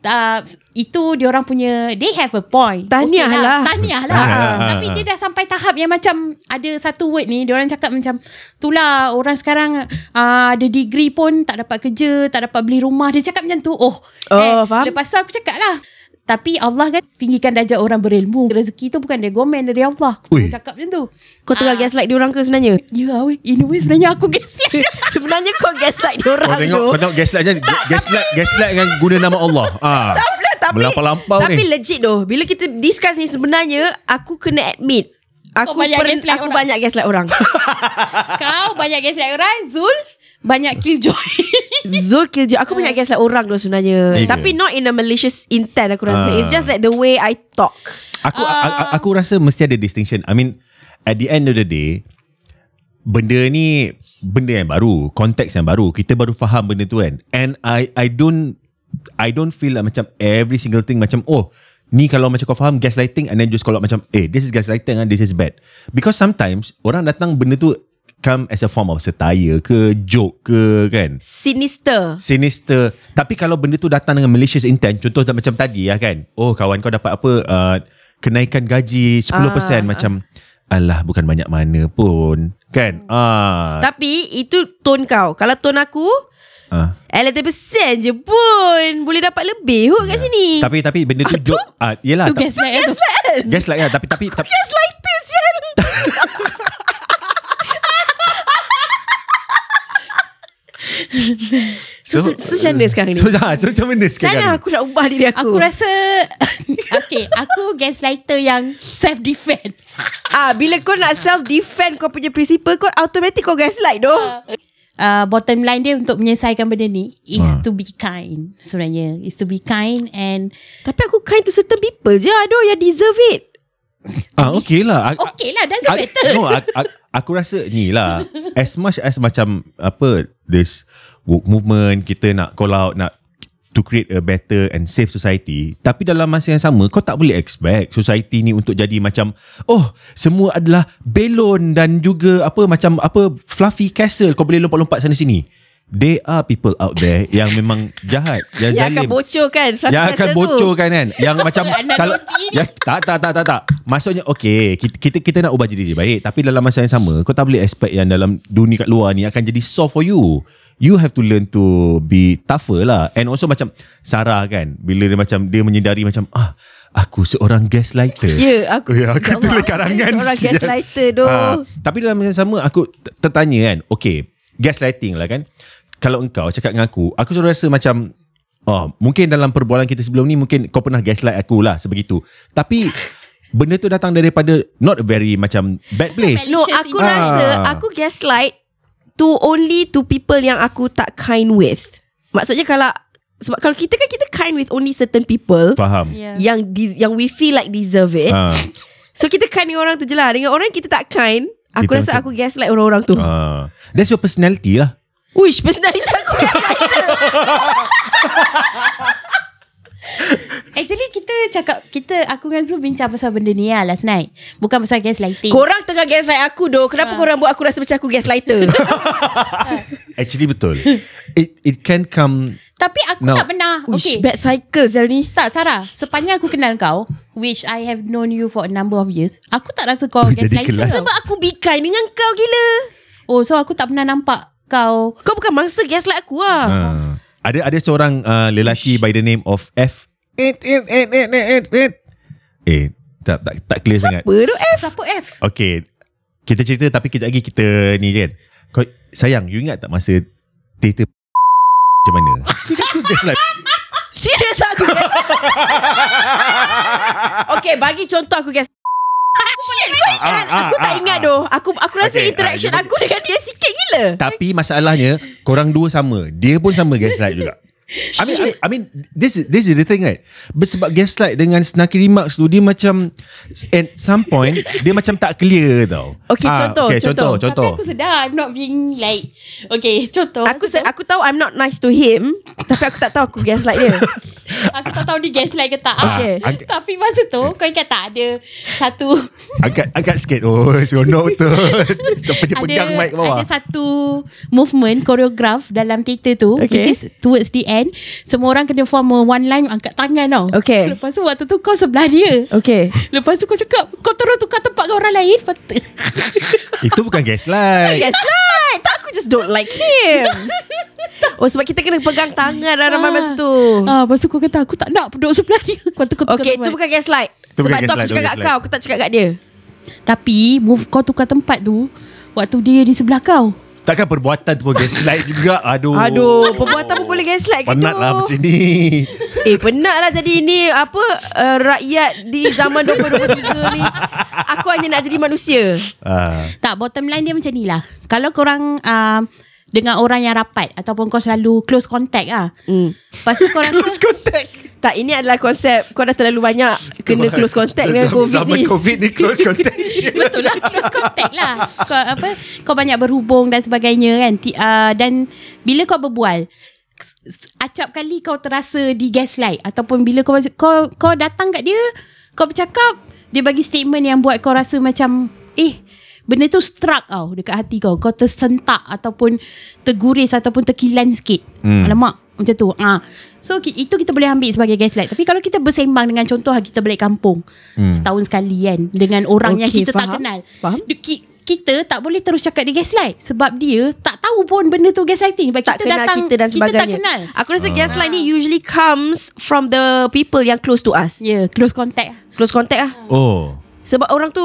Speaker 2: Uh, itu diorang punya they have a point.
Speaker 3: Tahniah
Speaker 2: Okey
Speaker 3: lah.
Speaker 2: Tahniah lah.
Speaker 1: Tahniah.
Speaker 2: Tapi dia dah sampai tahap yang macam ada satu word ni diorang cakap macam itulah orang sekarang uh, ada degree pun tak dapat kerja, tak dapat beli rumah. Dia cakap macam tu. Oh.
Speaker 3: Oh, faham.
Speaker 2: Lepas tu aku cakap lah tapi Allah kan tinggikan darjat orang berilmu. Rezeki tu bukan dari gomen dari Allah. Aku
Speaker 1: Ui.
Speaker 2: cakap macam tu.
Speaker 3: Kau
Speaker 2: Ah.
Speaker 3: tengah gaslight diorang ke sebenarnya
Speaker 2: Ya weh, in a way sebenarnya aku gaslight.
Speaker 3: Sebenarnya kau gaslight
Speaker 1: Kau
Speaker 3: diorang
Speaker 1: tengok
Speaker 3: tu
Speaker 1: Kau tengok gaslight je Gaslight Gaslight dengan guna nama Allah ah.
Speaker 3: Tak pula, tapi
Speaker 1: Melampau-lampau
Speaker 3: Tapi
Speaker 1: ni
Speaker 3: legit doh Bila kita discuss ni Sebenarnya Aku kena admit Aku
Speaker 2: Kau banyak
Speaker 3: pern-
Speaker 2: gaslight
Speaker 3: aku
Speaker 2: orang.
Speaker 3: banyak gaslight orang
Speaker 2: Kau banyak gaslight orang, Zul banyak killjoy.
Speaker 3: Zul kill je Aku banyak
Speaker 2: Ah.
Speaker 3: gaslight orang doh sebenarnya
Speaker 1: Ya ke?
Speaker 3: Tapi not in a malicious intent Aku rasa
Speaker 1: Ah.
Speaker 3: It's just like the way I talk
Speaker 1: Aku uh, aku rasa mesti ada distinction I mean At the end of the day Benda ni Benda yang baru Konteks yang baru Kita baru faham benda tu kan And I I don't I don't feel like macam Every single thing macam Oh Ni kalau macam kau faham Gaslighting And then just call out macam Eh this is gaslighting and This is bad Because sometimes Orang datang benda tu Come as a form of Satire ke Joke ke kan
Speaker 3: Sinister
Speaker 1: sinister. Tapi kalau benda tu datang dengan malicious intent, contoh tak macam tadi lah kan. Oh kawan kau dapat apa, uh, kenaikan gaji 10%
Speaker 3: Ah,
Speaker 1: macam, alah bukan banyak mana pun. Kan? Ah,
Speaker 3: Hmm. Tapi itu tone kau Kalau tone aku
Speaker 1: ah.
Speaker 3: Alah 10% je pun Boleh dapat lebih kot kat sini
Speaker 1: Ya. Tapi tapi benda tu joke. Ah, yelah.
Speaker 2: Tu
Speaker 1: tak-
Speaker 2: gaslight lah tu.
Speaker 1: Gaslight lah. Tapi tapi tapi
Speaker 3: Gaslighter sial So, so, so, macam mana sekarang ni?
Speaker 1: So, ah, so macam mana
Speaker 3: Macam
Speaker 1: sekarang
Speaker 3: mana
Speaker 1: ni?
Speaker 3: aku nak ubah diri aku?
Speaker 2: Aku rasa Okay Aku gaslighter yang Self defense
Speaker 3: ah, Bila kau nak self-defend kau punya principle Kau automatic kau gaslight doh
Speaker 2: uh, Bottom line dia Untuk menyelesaikan benda ni Is
Speaker 1: Ha.
Speaker 2: to be kind Sebenarnya Is to be kind And
Speaker 3: Tapi aku kind to certain people je Aduh yang deserve it
Speaker 1: Ah, okay lah.
Speaker 3: Oh.
Speaker 1: Ah,
Speaker 2: Okay lah That's
Speaker 1: I,
Speaker 2: better
Speaker 1: no, I, I, aku rasa ni lah. As much as macam apa this woke movement kita nak call out nak to create a better and safe society. Tapi dalam masa yang sama kau tak boleh expect society ni untuk jadi macam oh semua adalah belon dan juga apa macam apa fluffy castle kau boleh lompat-lompat sana sini. There are people out there yang memang jahat, yang,
Speaker 3: Yang akan
Speaker 1: zalim.
Speaker 3: bocor kan fluffy
Speaker 1: Eh, Yang akan
Speaker 3: castle tu.
Speaker 1: bocor kan kan Yang macam
Speaker 2: Analogi
Speaker 1: kalau,
Speaker 2: ni.
Speaker 1: ya, Tak tak tak tak tak Maksudnya okay kita, kita kita nak ubah diri dia baik Tapi dalam masa yang sama Kau tak boleh expect yang dalam dunia kat luar ni Akan jadi soft for you You have to learn to be tougher lah And also macam Sarah kan Bila dia macam Dia menyedari macam Ah Aku seorang gaslighter
Speaker 3: Ya, aku-
Speaker 1: Ya aku
Speaker 3: Ya Allah,
Speaker 1: tulis
Speaker 3: aku
Speaker 1: karangan
Speaker 3: seorang
Speaker 1: sial.
Speaker 3: gaslighter doh.
Speaker 1: Ah, tapi dalam masa yang sama aku t- tertanya kan, okay, gaslighting lah kan. Kalau engkau cakap dengan aku, aku selalu rasa macam oh, mungkin dalam perbualan kita sebelum ni mungkin kau pernah gaslight aku lah sebegitu. Tapi benda tu datang daripada not a very macam bad place.
Speaker 3: No, aku
Speaker 1: Ah.
Speaker 3: rasa aku gaslight to only to people yang aku tak kind with. Maksudnya kalau sebab kalau kita kan kita kind with only certain people
Speaker 1: Faham.
Speaker 2: Yeah.
Speaker 3: yang de- yang we feel like deserve it.
Speaker 1: Ah,
Speaker 3: So kita kind dengan orang tu je lah. Dengan orang kita tak kind, aku
Speaker 1: Kita
Speaker 3: rasa
Speaker 1: macam-
Speaker 3: aku gaslight orang-orang tu. Uh.
Speaker 1: ah. That's your personality lah.
Speaker 3: Uish, personality aku gaslight.
Speaker 2: Actually kita cakap kita aku dengan Zul bincang pasal benda ni lah last night. Bukan pasal gaslighting.
Speaker 3: Korang tengah gaslight aku doh. Kenapa korang buat aku rasa macam aku gaslighter?
Speaker 1: Actually betul. It it can come
Speaker 2: Tapi aku
Speaker 1: No.
Speaker 2: no. tak pernah.
Speaker 3: Uish,
Speaker 2: Okay.
Speaker 3: bad cycle sel ni.
Speaker 2: Tak Sarah Sepanjang aku kenal kau Which I have known you For a number of years Aku tak rasa kau
Speaker 1: Jadi
Speaker 2: gaslighter
Speaker 1: kelas.
Speaker 2: tau.
Speaker 3: Sebab aku be kind dengan kau gila.
Speaker 2: Oh so aku tak pernah nampak Kau
Speaker 3: Kau bukan mangsa gaslight aku lah.
Speaker 1: uh, ada ada seorang uh, lelaki by the name of F. It it it it it it. it. Eh, tak tak tak clear sangat.
Speaker 3: Apa tu F?
Speaker 2: Siapa F
Speaker 1: Okay Kita cerita tapi kejap lagi kita ni kan Kau, Sayang you ingat tak masa Teater macam mana Kita aku gaslight
Speaker 3: Serius lah aku gaslight. okay, bagi contoh aku gaslight. Shit, kau ingat?
Speaker 1: Ah, ah,
Speaker 3: Aku tak
Speaker 1: ah,
Speaker 3: ingat
Speaker 1: ah.
Speaker 3: doh. Aku aku rasa
Speaker 1: Okay, ah,
Speaker 3: interaction
Speaker 1: dia-
Speaker 3: aku dengan dia sikit gila.
Speaker 1: Tapi masalahnya Korang dua sama Dia pun sama gaslight juga I mean, I, I mean this is this is the thing right. Sebab gaslight dengan snarky remarks tu dia macam at some point dia macam tak clear tau.
Speaker 3: Okay, contoh,
Speaker 1: okay, contoh,
Speaker 3: contoh.
Speaker 1: contoh.
Speaker 2: Tapi aku sedar I'm not being like Okay contoh
Speaker 3: Aku se-
Speaker 2: contoh.
Speaker 3: aku tahu I'm not nice to him, tapi aku tak tahu aku gaslight dia.
Speaker 2: Aku tak tahu dia gaslight ke tak
Speaker 1: Ah,
Speaker 2: okay.
Speaker 1: angkat-
Speaker 2: Tapi masa tu Kau ingat tak ada Satu
Speaker 1: Angkat angkat sikit. Oh, seronok betul. Sampai dia pegang mic bawah.
Speaker 2: ada satu movement Koreograf dalam teater tu
Speaker 3: Okay.
Speaker 2: okay. Which is towards the end Semua orang kena form a one line Angkat tangan tau
Speaker 3: Okay.
Speaker 2: Lepas tu waktu tu kau sebelah dia
Speaker 3: Okay.
Speaker 2: Lepas tu kau cakap Kau terus tukar tempat dengan orang lain Lepas tu-
Speaker 1: Itu bukan gaslight.
Speaker 3: Gaslight. tak aku just don't like him. Oh sebab kita kena pegang tangan ramai-ramai masa tu.
Speaker 2: ah, Lepas tu kau kata Aku tak nak duduk sebelah dia Kau tukar tukar
Speaker 3: Okay,
Speaker 2: tempat
Speaker 3: tu bukan gaslight.
Speaker 1: Tu
Speaker 3: Sebab
Speaker 1: bukan
Speaker 3: tu aku
Speaker 1: gaslight, tu
Speaker 3: cakap kat
Speaker 1: gaslight.
Speaker 3: kau, aku tak cakap kat dia.
Speaker 2: Tapi move, Kau tukar tempat tu Waktu dia di sebelah kau
Speaker 1: Takkan perbuatan tu pun gaslight juga. Aduh.
Speaker 3: Aduh, perbuatan pun boleh gaslight ke
Speaker 1: Penat
Speaker 3: tu?
Speaker 1: lah macam ni.
Speaker 3: Eh, penat lah jadi ini apa uh, rakyat di zaman 2023 ni. Aku hanya nak jadi manusia.
Speaker 1: Ah,
Speaker 2: Tak bottom line dia macam ni lah Kalau korang uh, Dengan orang yang rapat Ataupun kau selalu Close contact lah
Speaker 3: Hmm.
Speaker 2: Lepas tu kau rasa
Speaker 1: contact.
Speaker 3: Tak, ini adalah konsep kau dah terlalu banyak kena close contact dengan COVID
Speaker 1: Zaman
Speaker 3: ni.
Speaker 1: COVID ni close contact.
Speaker 2: Betul lah Close contact lah kau, apa, kau banyak berhubung Dan sebagainya kan Ti, uh, Dan Bila kau berbual s- s- Acap kali kau terasa Di gaslight Ataupun bila kau Kau, kau datang kat dia Kau bercakap Dia bagi statement yang buat Kau rasa macam Eh Benda tu struck tau Dekat hati kau Kau tersentak Ataupun Terguris Ataupun terkilan sikit hmm. Alamak macam tu ah. So ki- itu kita boleh ambil sebagai gaslight Tapi kalau kita bersembang dengan contoh Kita balik kampung hmm. Setahun sekali kan Dengan orang orang okay, yang
Speaker 3: Okey,
Speaker 2: kita faham. tak
Speaker 3: faham.
Speaker 2: kenal.
Speaker 3: Faham.
Speaker 2: Dia- ki- Kita tak boleh terus cakap dia gaslight sebab dia tak tahu pun benda tu gaslighting. Sebab
Speaker 3: tak
Speaker 2: kita
Speaker 3: kenal
Speaker 2: datang
Speaker 3: kita dan sebagainya. Ah.
Speaker 2: Kita tak kenal.
Speaker 3: Aku
Speaker 1: Ah.
Speaker 3: rasa gaslight ni usually comes from the people yang close to us.
Speaker 2: Ya, yeah, close contact.
Speaker 3: Close contact lah.
Speaker 1: Oh.
Speaker 3: Sebab orang tu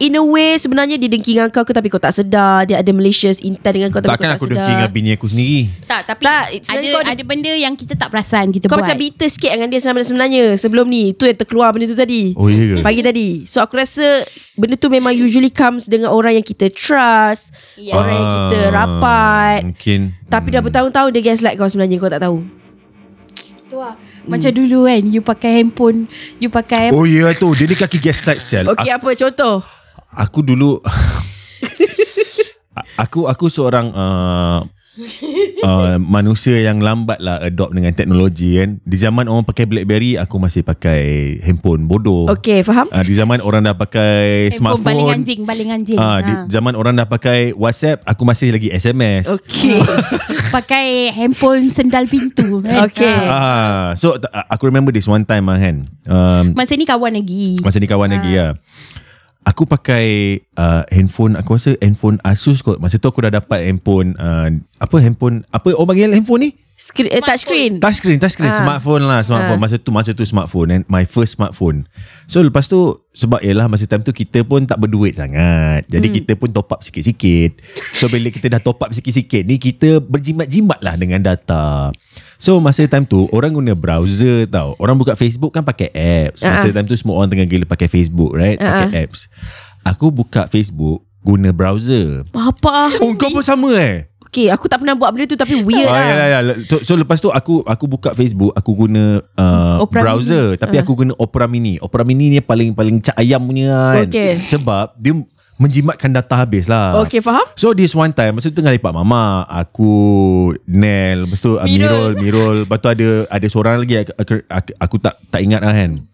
Speaker 3: in a way sebenarnya dia dengki dengan kau ke tapi kau tak sedar. Dia ada malicious intent dengan kau tapi
Speaker 1: Takkan
Speaker 3: kau tak
Speaker 1: aku
Speaker 3: sedar.
Speaker 1: dengki dengan bini aku sendiri.
Speaker 2: Tak, tapi
Speaker 3: Tak,
Speaker 2: ada,
Speaker 3: sebenarnya kau ada-
Speaker 2: ada benda yang kita tak perasan kita
Speaker 3: Kau
Speaker 2: buat.
Speaker 3: macam bitter sikit dengan dia sebenarnya, sebenarnya sebelum ni. Tu yang terkeluar benda tu tadi.
Speaker 1: Oh, iya ke?
Speaker 3: Pagi tadi. So aku rasa benda tu memang usually comes dengan orang yang kita trust.
Speaker 2: Ya.
Speaker 3: Orang yang kita
Speaker 1: Ah,
Speaker 3: rapat.
Speaker 1: Mungkin. Hmm.
Speaker 3: Tapi dah bertahun-tahun dia gaslight kau sebenarnya kau tak tahu.
Speaker 2: tu lah.
Speaker 3: Hmm.
Speaker 2: Macam dulu kan, you pakai handphone, you pakai
Speaker 1: Oh ya yeah, tu Dia ni kaki gaslight sel
Speaker 3: Okay apa contoh?
Speaker 1: Aku dulu A- Aku aku seorang uh, uh, manusia yang lambat lah adopt dengan teknologi kan. Di zaman orang pakai BlackBerry, aku masih pakai handphone bodoh.
Speaker 3: Okay faham?
Speaker 1: Uh, di zaman orang dah pakai
Speaker 2: handphone baling
Speaker 1: eh, smartphone.
Speaker 2: anjing, baling anjing.
Speaker 1: Ah,
Speaker 2: Ah,
Speaker 1: di zaman orang dah pakai WhatsApp, aku masih lagi SMS.
Speaker 3: Okay.
Speaker 2: pakai handphone sendal pintu.
Speaker 1: Eh,
Speaker 2: Kan?
Speaker 3: Okay.
Speaker 2: Ah.
Speaker 1: Ah, so t- aku remember this one time ah kan. Um,
Speaker 2: Masa ni kawan lagi.
Speaker 1: masa ni kawan lagi
Speaker 2: Ah.
Speaker 1: ya. Aku pakai uh, handphone aku rasa handphone Asus kot. Masa tu aku dah dapat handphone uh, apa handphone apa orang panggil handphone ni?
Speaker 3: Screen, eh, touch screen.
Speaker 1: Touch screen, touch screen,
Speaker 3: Ah.
Speaker 1: smartphone lah, smartphone. Masa tu masa tu smartphone and my first smartphone. So lepas tu sebab ialah masa time tu kita pun tak berduit sangat. Jadi hmm. kita pun top up sikit-sikit. So bila kita dah top up sikit-sikit ni kita berjimat-jimat lah dengan data. So masa time tu orang guna browser tau. Orang buka Facebook kan pakai apps. Masa
Speaker 3: Ah.
Speaker 1: time tu semua orang tengah gila pakai Facebook, right? Pakai apps. Aku buka Facebook guna browser.
Speaker 3: Apa?
Speaker 1: Oh kau pun sama eh?
Speaker 3: Okay, ah. aku tak pernah buat benda tu tapi weird
Speaker 1: Ah,
Speaker 3: lah.
Speaker 1: yalah, yalah. So, so lepas tu aku aku buka Facebook, aku guna uh,
Speaker 2: Opera
Speaker 1: browser Mini. tapi aku guna Opera Mini. Opera Mini ni paling paling cak ayam punya kan.
Speaker 3: Okay.
Speaker 1: Sebab dia menjimatkan data habis lah.
Speaker 3: Okay, faham?
Speaker 1: So this one time Masa tu tengah lepak mama Aku Nel uh, Lepas tu Mirul Mirul, Mirul. Lepas tu ada Ada seorang lagi Aku, aku, aku tak tak ingat lah kan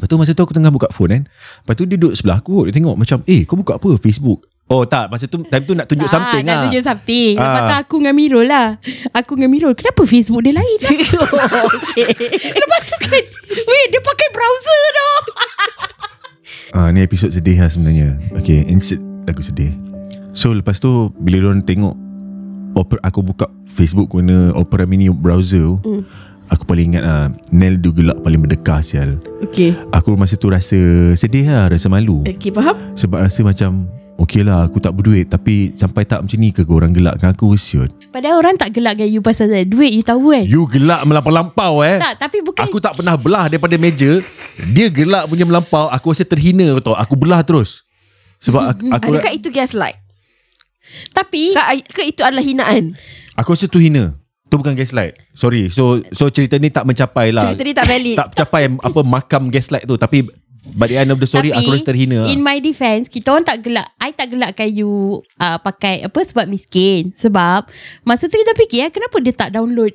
Speaker 1: Lepas tu masa tu aku tengah buka phone kan. Lepas tu dia duduk sebelah aku. Dia tengok macam eh kau buka apa Facebook. Oh tak masa tu time tu nak tunjuk something
Speaker 2: nak
Speaker 1: lah.
Speaker 2: tunjuk something. Lepas
Speaker 1: Ah.
Speaker 2: tu aku dengan Mirul lah. Aku dengan Mirul. Kenapa Facebook dia lain lah?
Speaker 1: Oh,
Speaker 2: Lepas tu kan. Weh, dia pakai browser tu.
Speaker 1: Ah ni episod sedih lah sebenarnya. Okay, ini se- lagu sedih. So lepas tu bila orang tengok opera, aku buka Facebook guna Opera Mini browser.
Speaker 2: Hmm.
Speaker 1: Mm. Aku paling ingat ah Nel Dugelak paling berdekah sial.
Speaker 3: Okay
Speaker 1: Aku masa tu rasa sedih lah, rasa malu.
Speaker 2: Eh.
Speaker 3: Okay faham
Speaker 1: Sebab rasa macam Okey lah aku tak berduit Tapi sampai tak macam ni ke Korang gelak dengan aku Siut
Speaker 2: Padahal orang tak gelak dengan you pasal duit. You tahu kan?
Speaker 1: You gelak melampau-lampau eh
Speaker 2: Tak, tapi bukan-
Speaker 1: Aku tak pernah belah daripada meja Dia gelak punya melampau Aku rasa terhina kau tahu Aku belah terus Sebab aku aku,
Speaker 3: Adakah itu gaslight
Speaker 2: Tapi
Speaker 3: Kak, ke itu adalah hinaan
Speaker 1: aku rasa tu hina Tu bukan gaslight Sorry So so cerita ni tak mencapai lah
Speaker 3: Cerita ni tak valid
Speaker 1: Tak mencapai apa makam gaslight tu Tapi By the end of the story
Speaker 2: tapi,
Speaker 1: Aku rasa terhina lah.
Speaker 2: In my defense Kita orang tak gelak I tak gelakkan you uh, Pakai apa Sebab miskin Sebab Masa tu kita fikir eh, Kenapa dia tak download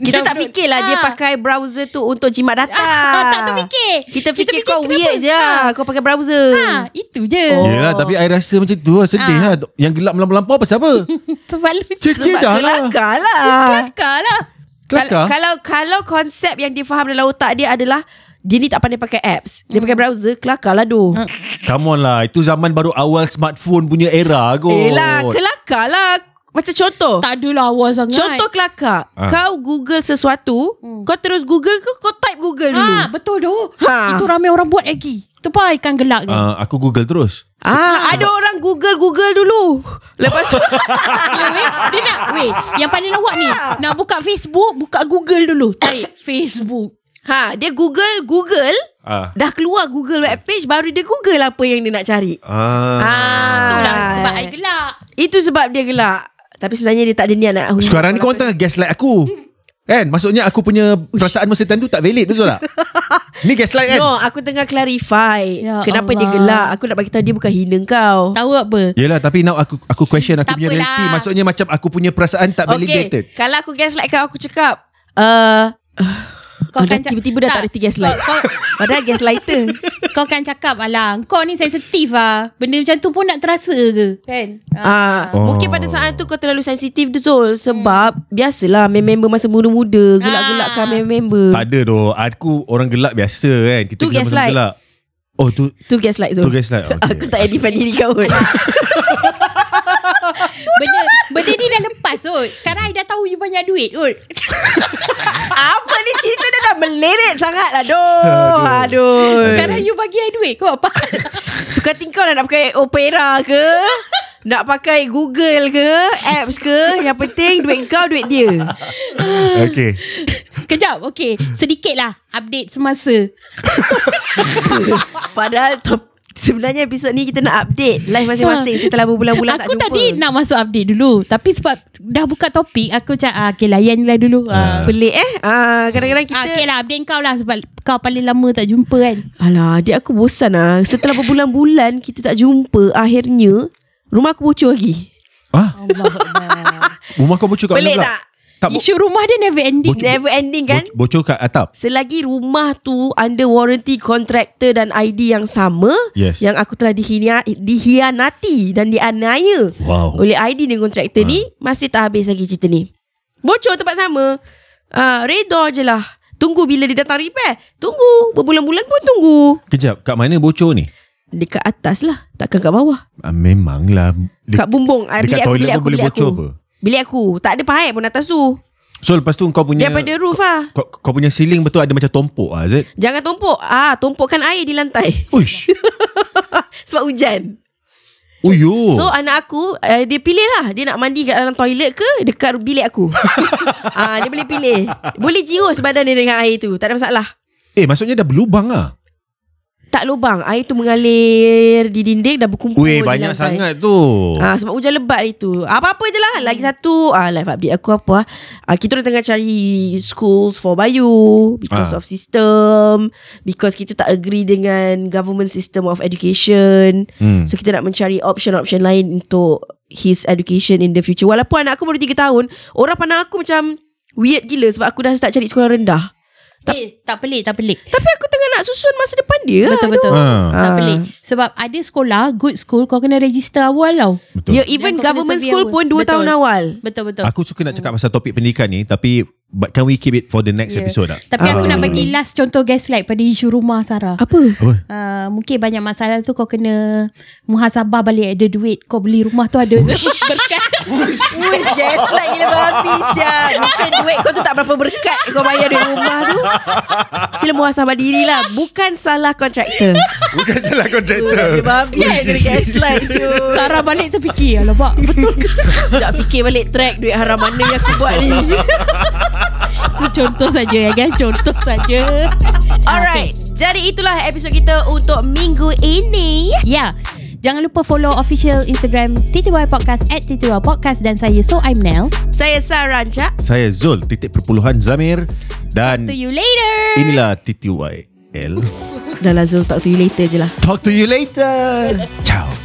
Speaker 3: Kita tak fikirlah Dia
Speaker 2: Ah.
Speaker 3: pakai browser tu Untuk jimat data
Speaker 2: Ah, tak terfikir.
Speaker 3: Kita
Speaker 2: Kita fikir
Speaker 3: fikir kau
Speaker 2: kenapa?
Speaker 3: weird je
Speaker 2: Ah.
Speaker 3: Kau pakai browser
Speaker 2: ha, Itu je oh.
Speaker 3: Oh.
Speaker 1: Yelah tapi I rasa macam tu lah Sedih
Speaker 3: Ah.
Speaker 1: lah Yang gelak melampau-lampau pasal apa
Speaker 2: Sebab lu
Speaker 1: Cece
Speaker 3: Sebab
Speaker 1: dah lah
Speaker 3: kelakar lah
Speaker 2: Kelakar lah
Speaker 1: Kelakar
Speaker 3: Kalau, kalau kalau konsep yang dia faham dalam otak dia adalah dia ni tak pandai pakai apps.
Speaker 2: Hmm.
Speaker 3: Dia pakai browser, kelakar lah doh.
Speaker 1: Come on lah Itu zaman baru awal smartphone punya era kot
Speaker 3: Eh lah, kelakar lah. Macam contoh.
Speaker 2: Tak adalah awal sangat
Speaker 3: Contoh kelakar.
Speaker 1: Ah.
Speaker 3: Kau Google sesuatu, kau terus Google ke kau type Google dulu?
Speaker 2: ha, Betul doh
Speaker 3: Ha.
Speaker 2: ha. Itu ramai orang buat lagi Tepai kan gelak kan
Speaker 1: uh, Aku google terus
Speaker 3: Ah, ada orang Google Google dulu. Lepas tu
Speaker 2: Ya, weh. Dia nak Weh Yang paling lawak ni
Speaker 3: Ah.
Speaker 2: Nak buka Facebook Buka Google dulu Tarik Facebook
Speaker 3: ha, dia Google Google
Speaker 1: Ah.
Speaker 3: dah keluar Google web page baru dia Google apa yang dia nak cari.
Speaker 1: uh.
Speaker 3: Ah,
Speaker 2: Itulah sebab I gelak
Speaker 3: Itu sebab dia gelak. Tapi sebenarnya dia tak ada niat nak hujung
Speaker 1: Sekarang ni korang tengah gaslight aku Kan Maksudnya aku punya Perasaan masa time tu tak valid Betul tak Ni gaslight kan
Speaker 3: No, aku tengah clarify.
Speaker 2: Ya
Speaker 3: kenapa
Speaker 2: Allah.
Speaker 3: dia gelak? Aku nak bagi tahu dia bukan hina kau.
Speaker 2: Tahu apa
Speaker 1: Yelah tapi now aku aku question aku
Speaker 2: Tak
Speaker 1: punya
Speaker 2: apalah.
Speaker 1: reality maksudnya macam aku punya perasaan tak validated.
Speaker 3: Okay, kalau aku gaslight kau aku cakap uh, kau
Speaker 2: akan
Speaker 3: kan
Speaker 2: ca-
Speaker 3: tiba-tiba dah tak ada gaslight.
Speaker 2: Kau, kau,
Speaker 3: Padahal gaslighter.
Speaker 2: kau kan cakap Alah kau ni sensitif lah Benda macam tu pun nak terasa ke Kan ha.
Speaker 3: Ah,
Speaker 1: Oh.
Speaker 3: oh. Mungkin pada saat tu kau terlalu sensitif tu Zul Sebab biasalah member masa muda-muda Gelak-gelakkan
Speaker 2: Ah.
Speaker 3: member
Speaker 1: Tak ada doh. Aku orang gelap biasa kan. Kita
Speaker 3: Tu
Speaker 1: gelap sama
Speaker 3: gaslight.
Speaker 1: gelap. Oh tu
Speaker 3: Tu gaslight
Speaker 1: tu Oh,
Speaker 3: Zul
Speaker 1: gaslight. Okay.
Speaker 3: Aku tak payah defend diri kau pun
Speaker 2: Benda benda ni dah lepas kot Sekarang I dah tahu you banyak duit kot
Speaker 3: Apa ni cerita dia dah melirik sangat lah Aduh Aduh
Speaker 2: Sekarang you bagi I duit kot apa
Speaker 3: Suka tingkau lah nak pakai Opera ke Nak pakai Google ke Apps ke Yang penting duit kau duit dia
Speaker 1: okay.
Speaker 2: Kejap okay Sedikit lah Update semasa
Speaker 3: Padahal top, Sebenarnya episod ni kita nak update Live masing-masing Setelah berbulan-bulan tak
Speaker 2: Aku
Speaker 3: jumpa
Speaker 2: tadi nak masuk update dulu Tapi sebab Dah buka topik Aku macam ah, Okay layan lah dulu ah.
Speaker 3: Pelik eh ah, Kadang-kadang kita
Speaker 2: Ah, okay lah update kau lah Sebab kau paling lama tak jumpa kan
Speaker 3: Alah dia aku bosan lah Setelah berbulan-bulan Kita tak jumpa Akhirnya Rumah aku bocor lagi
Speaker 1: Ah,
Speaker 2: Allah
Speaker 1: rumah kau bocor kat mana
Speaker 3: Pelik
Speaker 1: pula?
Speaker 3: tak?
Speaker 1: Tak bo-
Speaker 2: Isu rumah dia never ending
Speaker 3: Never ending kan
Speaker 1: bo- bocor kat atap.
Speaker 3: Selagi rumah tu under warranty kontraktor dan ID yang sama
Speaker 1: Yes.
Speaker 3: yang aku telah dihina, dihianati dan dianiaya
Speaker 1: Wow. Ah.
Speaker 3: oleh ID dan kontraktor ni masih tak habis lagi cerita ni. Bocor tempat sama. Uh, reda je lah. Tunggu bila dia datang repair. Tunggu. Berbulan-bulan pun tunggu.
Speaker 1: Kejap, kat mana bocor ni?
Speaker 3: Dekat atas lah. Takkan kat bawah.
Speaker 1: Ah, memanglah.
Speaker 3: Dek, kat bumbung. Ah,
Speaker 1: dekat
Speaker 3: bilik aku,
Speaker 1: toilet pun
Speaker 3: bilik aku,
Speaker 1: boleh
Speaker 3: bilik
Speaker 1: bocor
Speaker 3: aku.
Speaker 1: apa?
Speaker 3: Bilik aku. Tak ada paip pun atas tu.
Speaker 1: So lepas tu kau punya
Speaker 3: Daripada roof lah.
Speaker 1: kau, kau punya ceiling betul ada macam tompok ah, is it?
Speaker 3: Jangan tumpuk. Ah, tumpukkan air di lantai.
Speaker 1: Uish.
Speaker 3: Sebab hujan.
Speaker 1: Uyo.
Speaker 3: So anak aku uh, Dia pilih lah Dia nak mandi kat dalam toilet ke Dekat bilik aku Ah Dia boleh pilih Boleh jirus badan dia dengan air tu Tak ada masalah
Speaker 1: eh, maksudnya dah berlubang ah.
Speaker 3: Tak lubang Air tu mengalir Di dinding Dah berkumpul
Speaker 1: Weh,
Speaker 3: di
Speaker 1: banyak
Speaker 3: lantai.
Speaker 1: sangat tu.
Speaker 3: Ah sebab hujan lebat hari tu. Apa-apa je
Speaker 2: Hmm.
Speaker 3: lah. Lagi satu ah live update aku apa ah. ah kita orang tengah cari schools for Bayu because
Speaker 1: Ah.
Speaker 3: of system because kita tak agree dengan government system of education.
Speaker 1: Hmm.
Speaker 3: So kita nak mencari option-option lain untuk his education in the future. Walaupun anak aku baru 3 tahun, orang pandang aku macam weird gila sebab aku dah start cari sekolah rendah.
Speaker 2: Eh, tak pelik, tak pelik.
Speaker 3: Tapi aku tengah nak susun masa depan dia.
Speaker 2: Betul betul.
Speaker 1: Ah.
Speaker 2: Tak
Speaker 3: Ah.
Speaker 2: pelik. Sebab ada sekolah, good school kau kena register awal tau.
Speaker 1: Betul.
Speaker 3: Ya,
Speaker 2: Dia
Speaker 3: even
Speaker 2: kau
Speaker 3: government
Speaker 2: kena
Speaker 3: school
Speaker 2: survey
Speaker 3: pun 2
Speaker 2: Betul.
Speaker 3: tahun awal.
Speaker 2: Betul betul.
Speaker 1: Aku suka nak cakap pasal topik pendidikan ni tapi but can we keep it for the next yeah.
Speaker 2: Yeah.
Speaker 1: episode tak?
Speaker 2: Tapi aku
Speaker 3: Ah.
Speaker 2: nak bagi last contoh gaslight pada isu rumah Sarah.
Speaker 3: Apa?
Speaker 1: Apa?
Speaker 2: Uh, mungkin banyak masalah tu kau kena muhasabah balik ada duit kau beli rumah tu ada berkat
Speaker 3: Wish gaslight gila babi siap. Bukan duit kau tu tak berapa berkat kau bayar duit rumah tu. Sila muhasabah dirilah. lah. Bukan salah kontraktor.
Speaker 1: Bukan salah
Speaker 3: Gila
Speaker 1: kontraktor.
Speaker 3: babi kan kena gaslight tu.
Speaker 2: Sarah balik terfikir Alamak betul ke
Speaker 3: Tak fikir balik track duit haram mana yang aku buat ni.
Speaker 2: Itu contoh saja ya guys Contoh saja
Speaker 3: Alright. Jadi itulah episod kita untuk minggu ini.
Speaker 2: Ya yeah. Jangan lupa follow official Instagram TTY Podcast At TTY Podcast Dan saya So I'm Nell
Speaker 3: Saya Sarah Rancak.
Speaker 1: Saya Zul titik perpuluhan Zamir dan
Speaker 2: See you later
Speaker 1: inilah TTYL.
Speaker 3: Dah lah Zul, talk to you later je lah.
Speaker 1: Talk to you later. Ciao.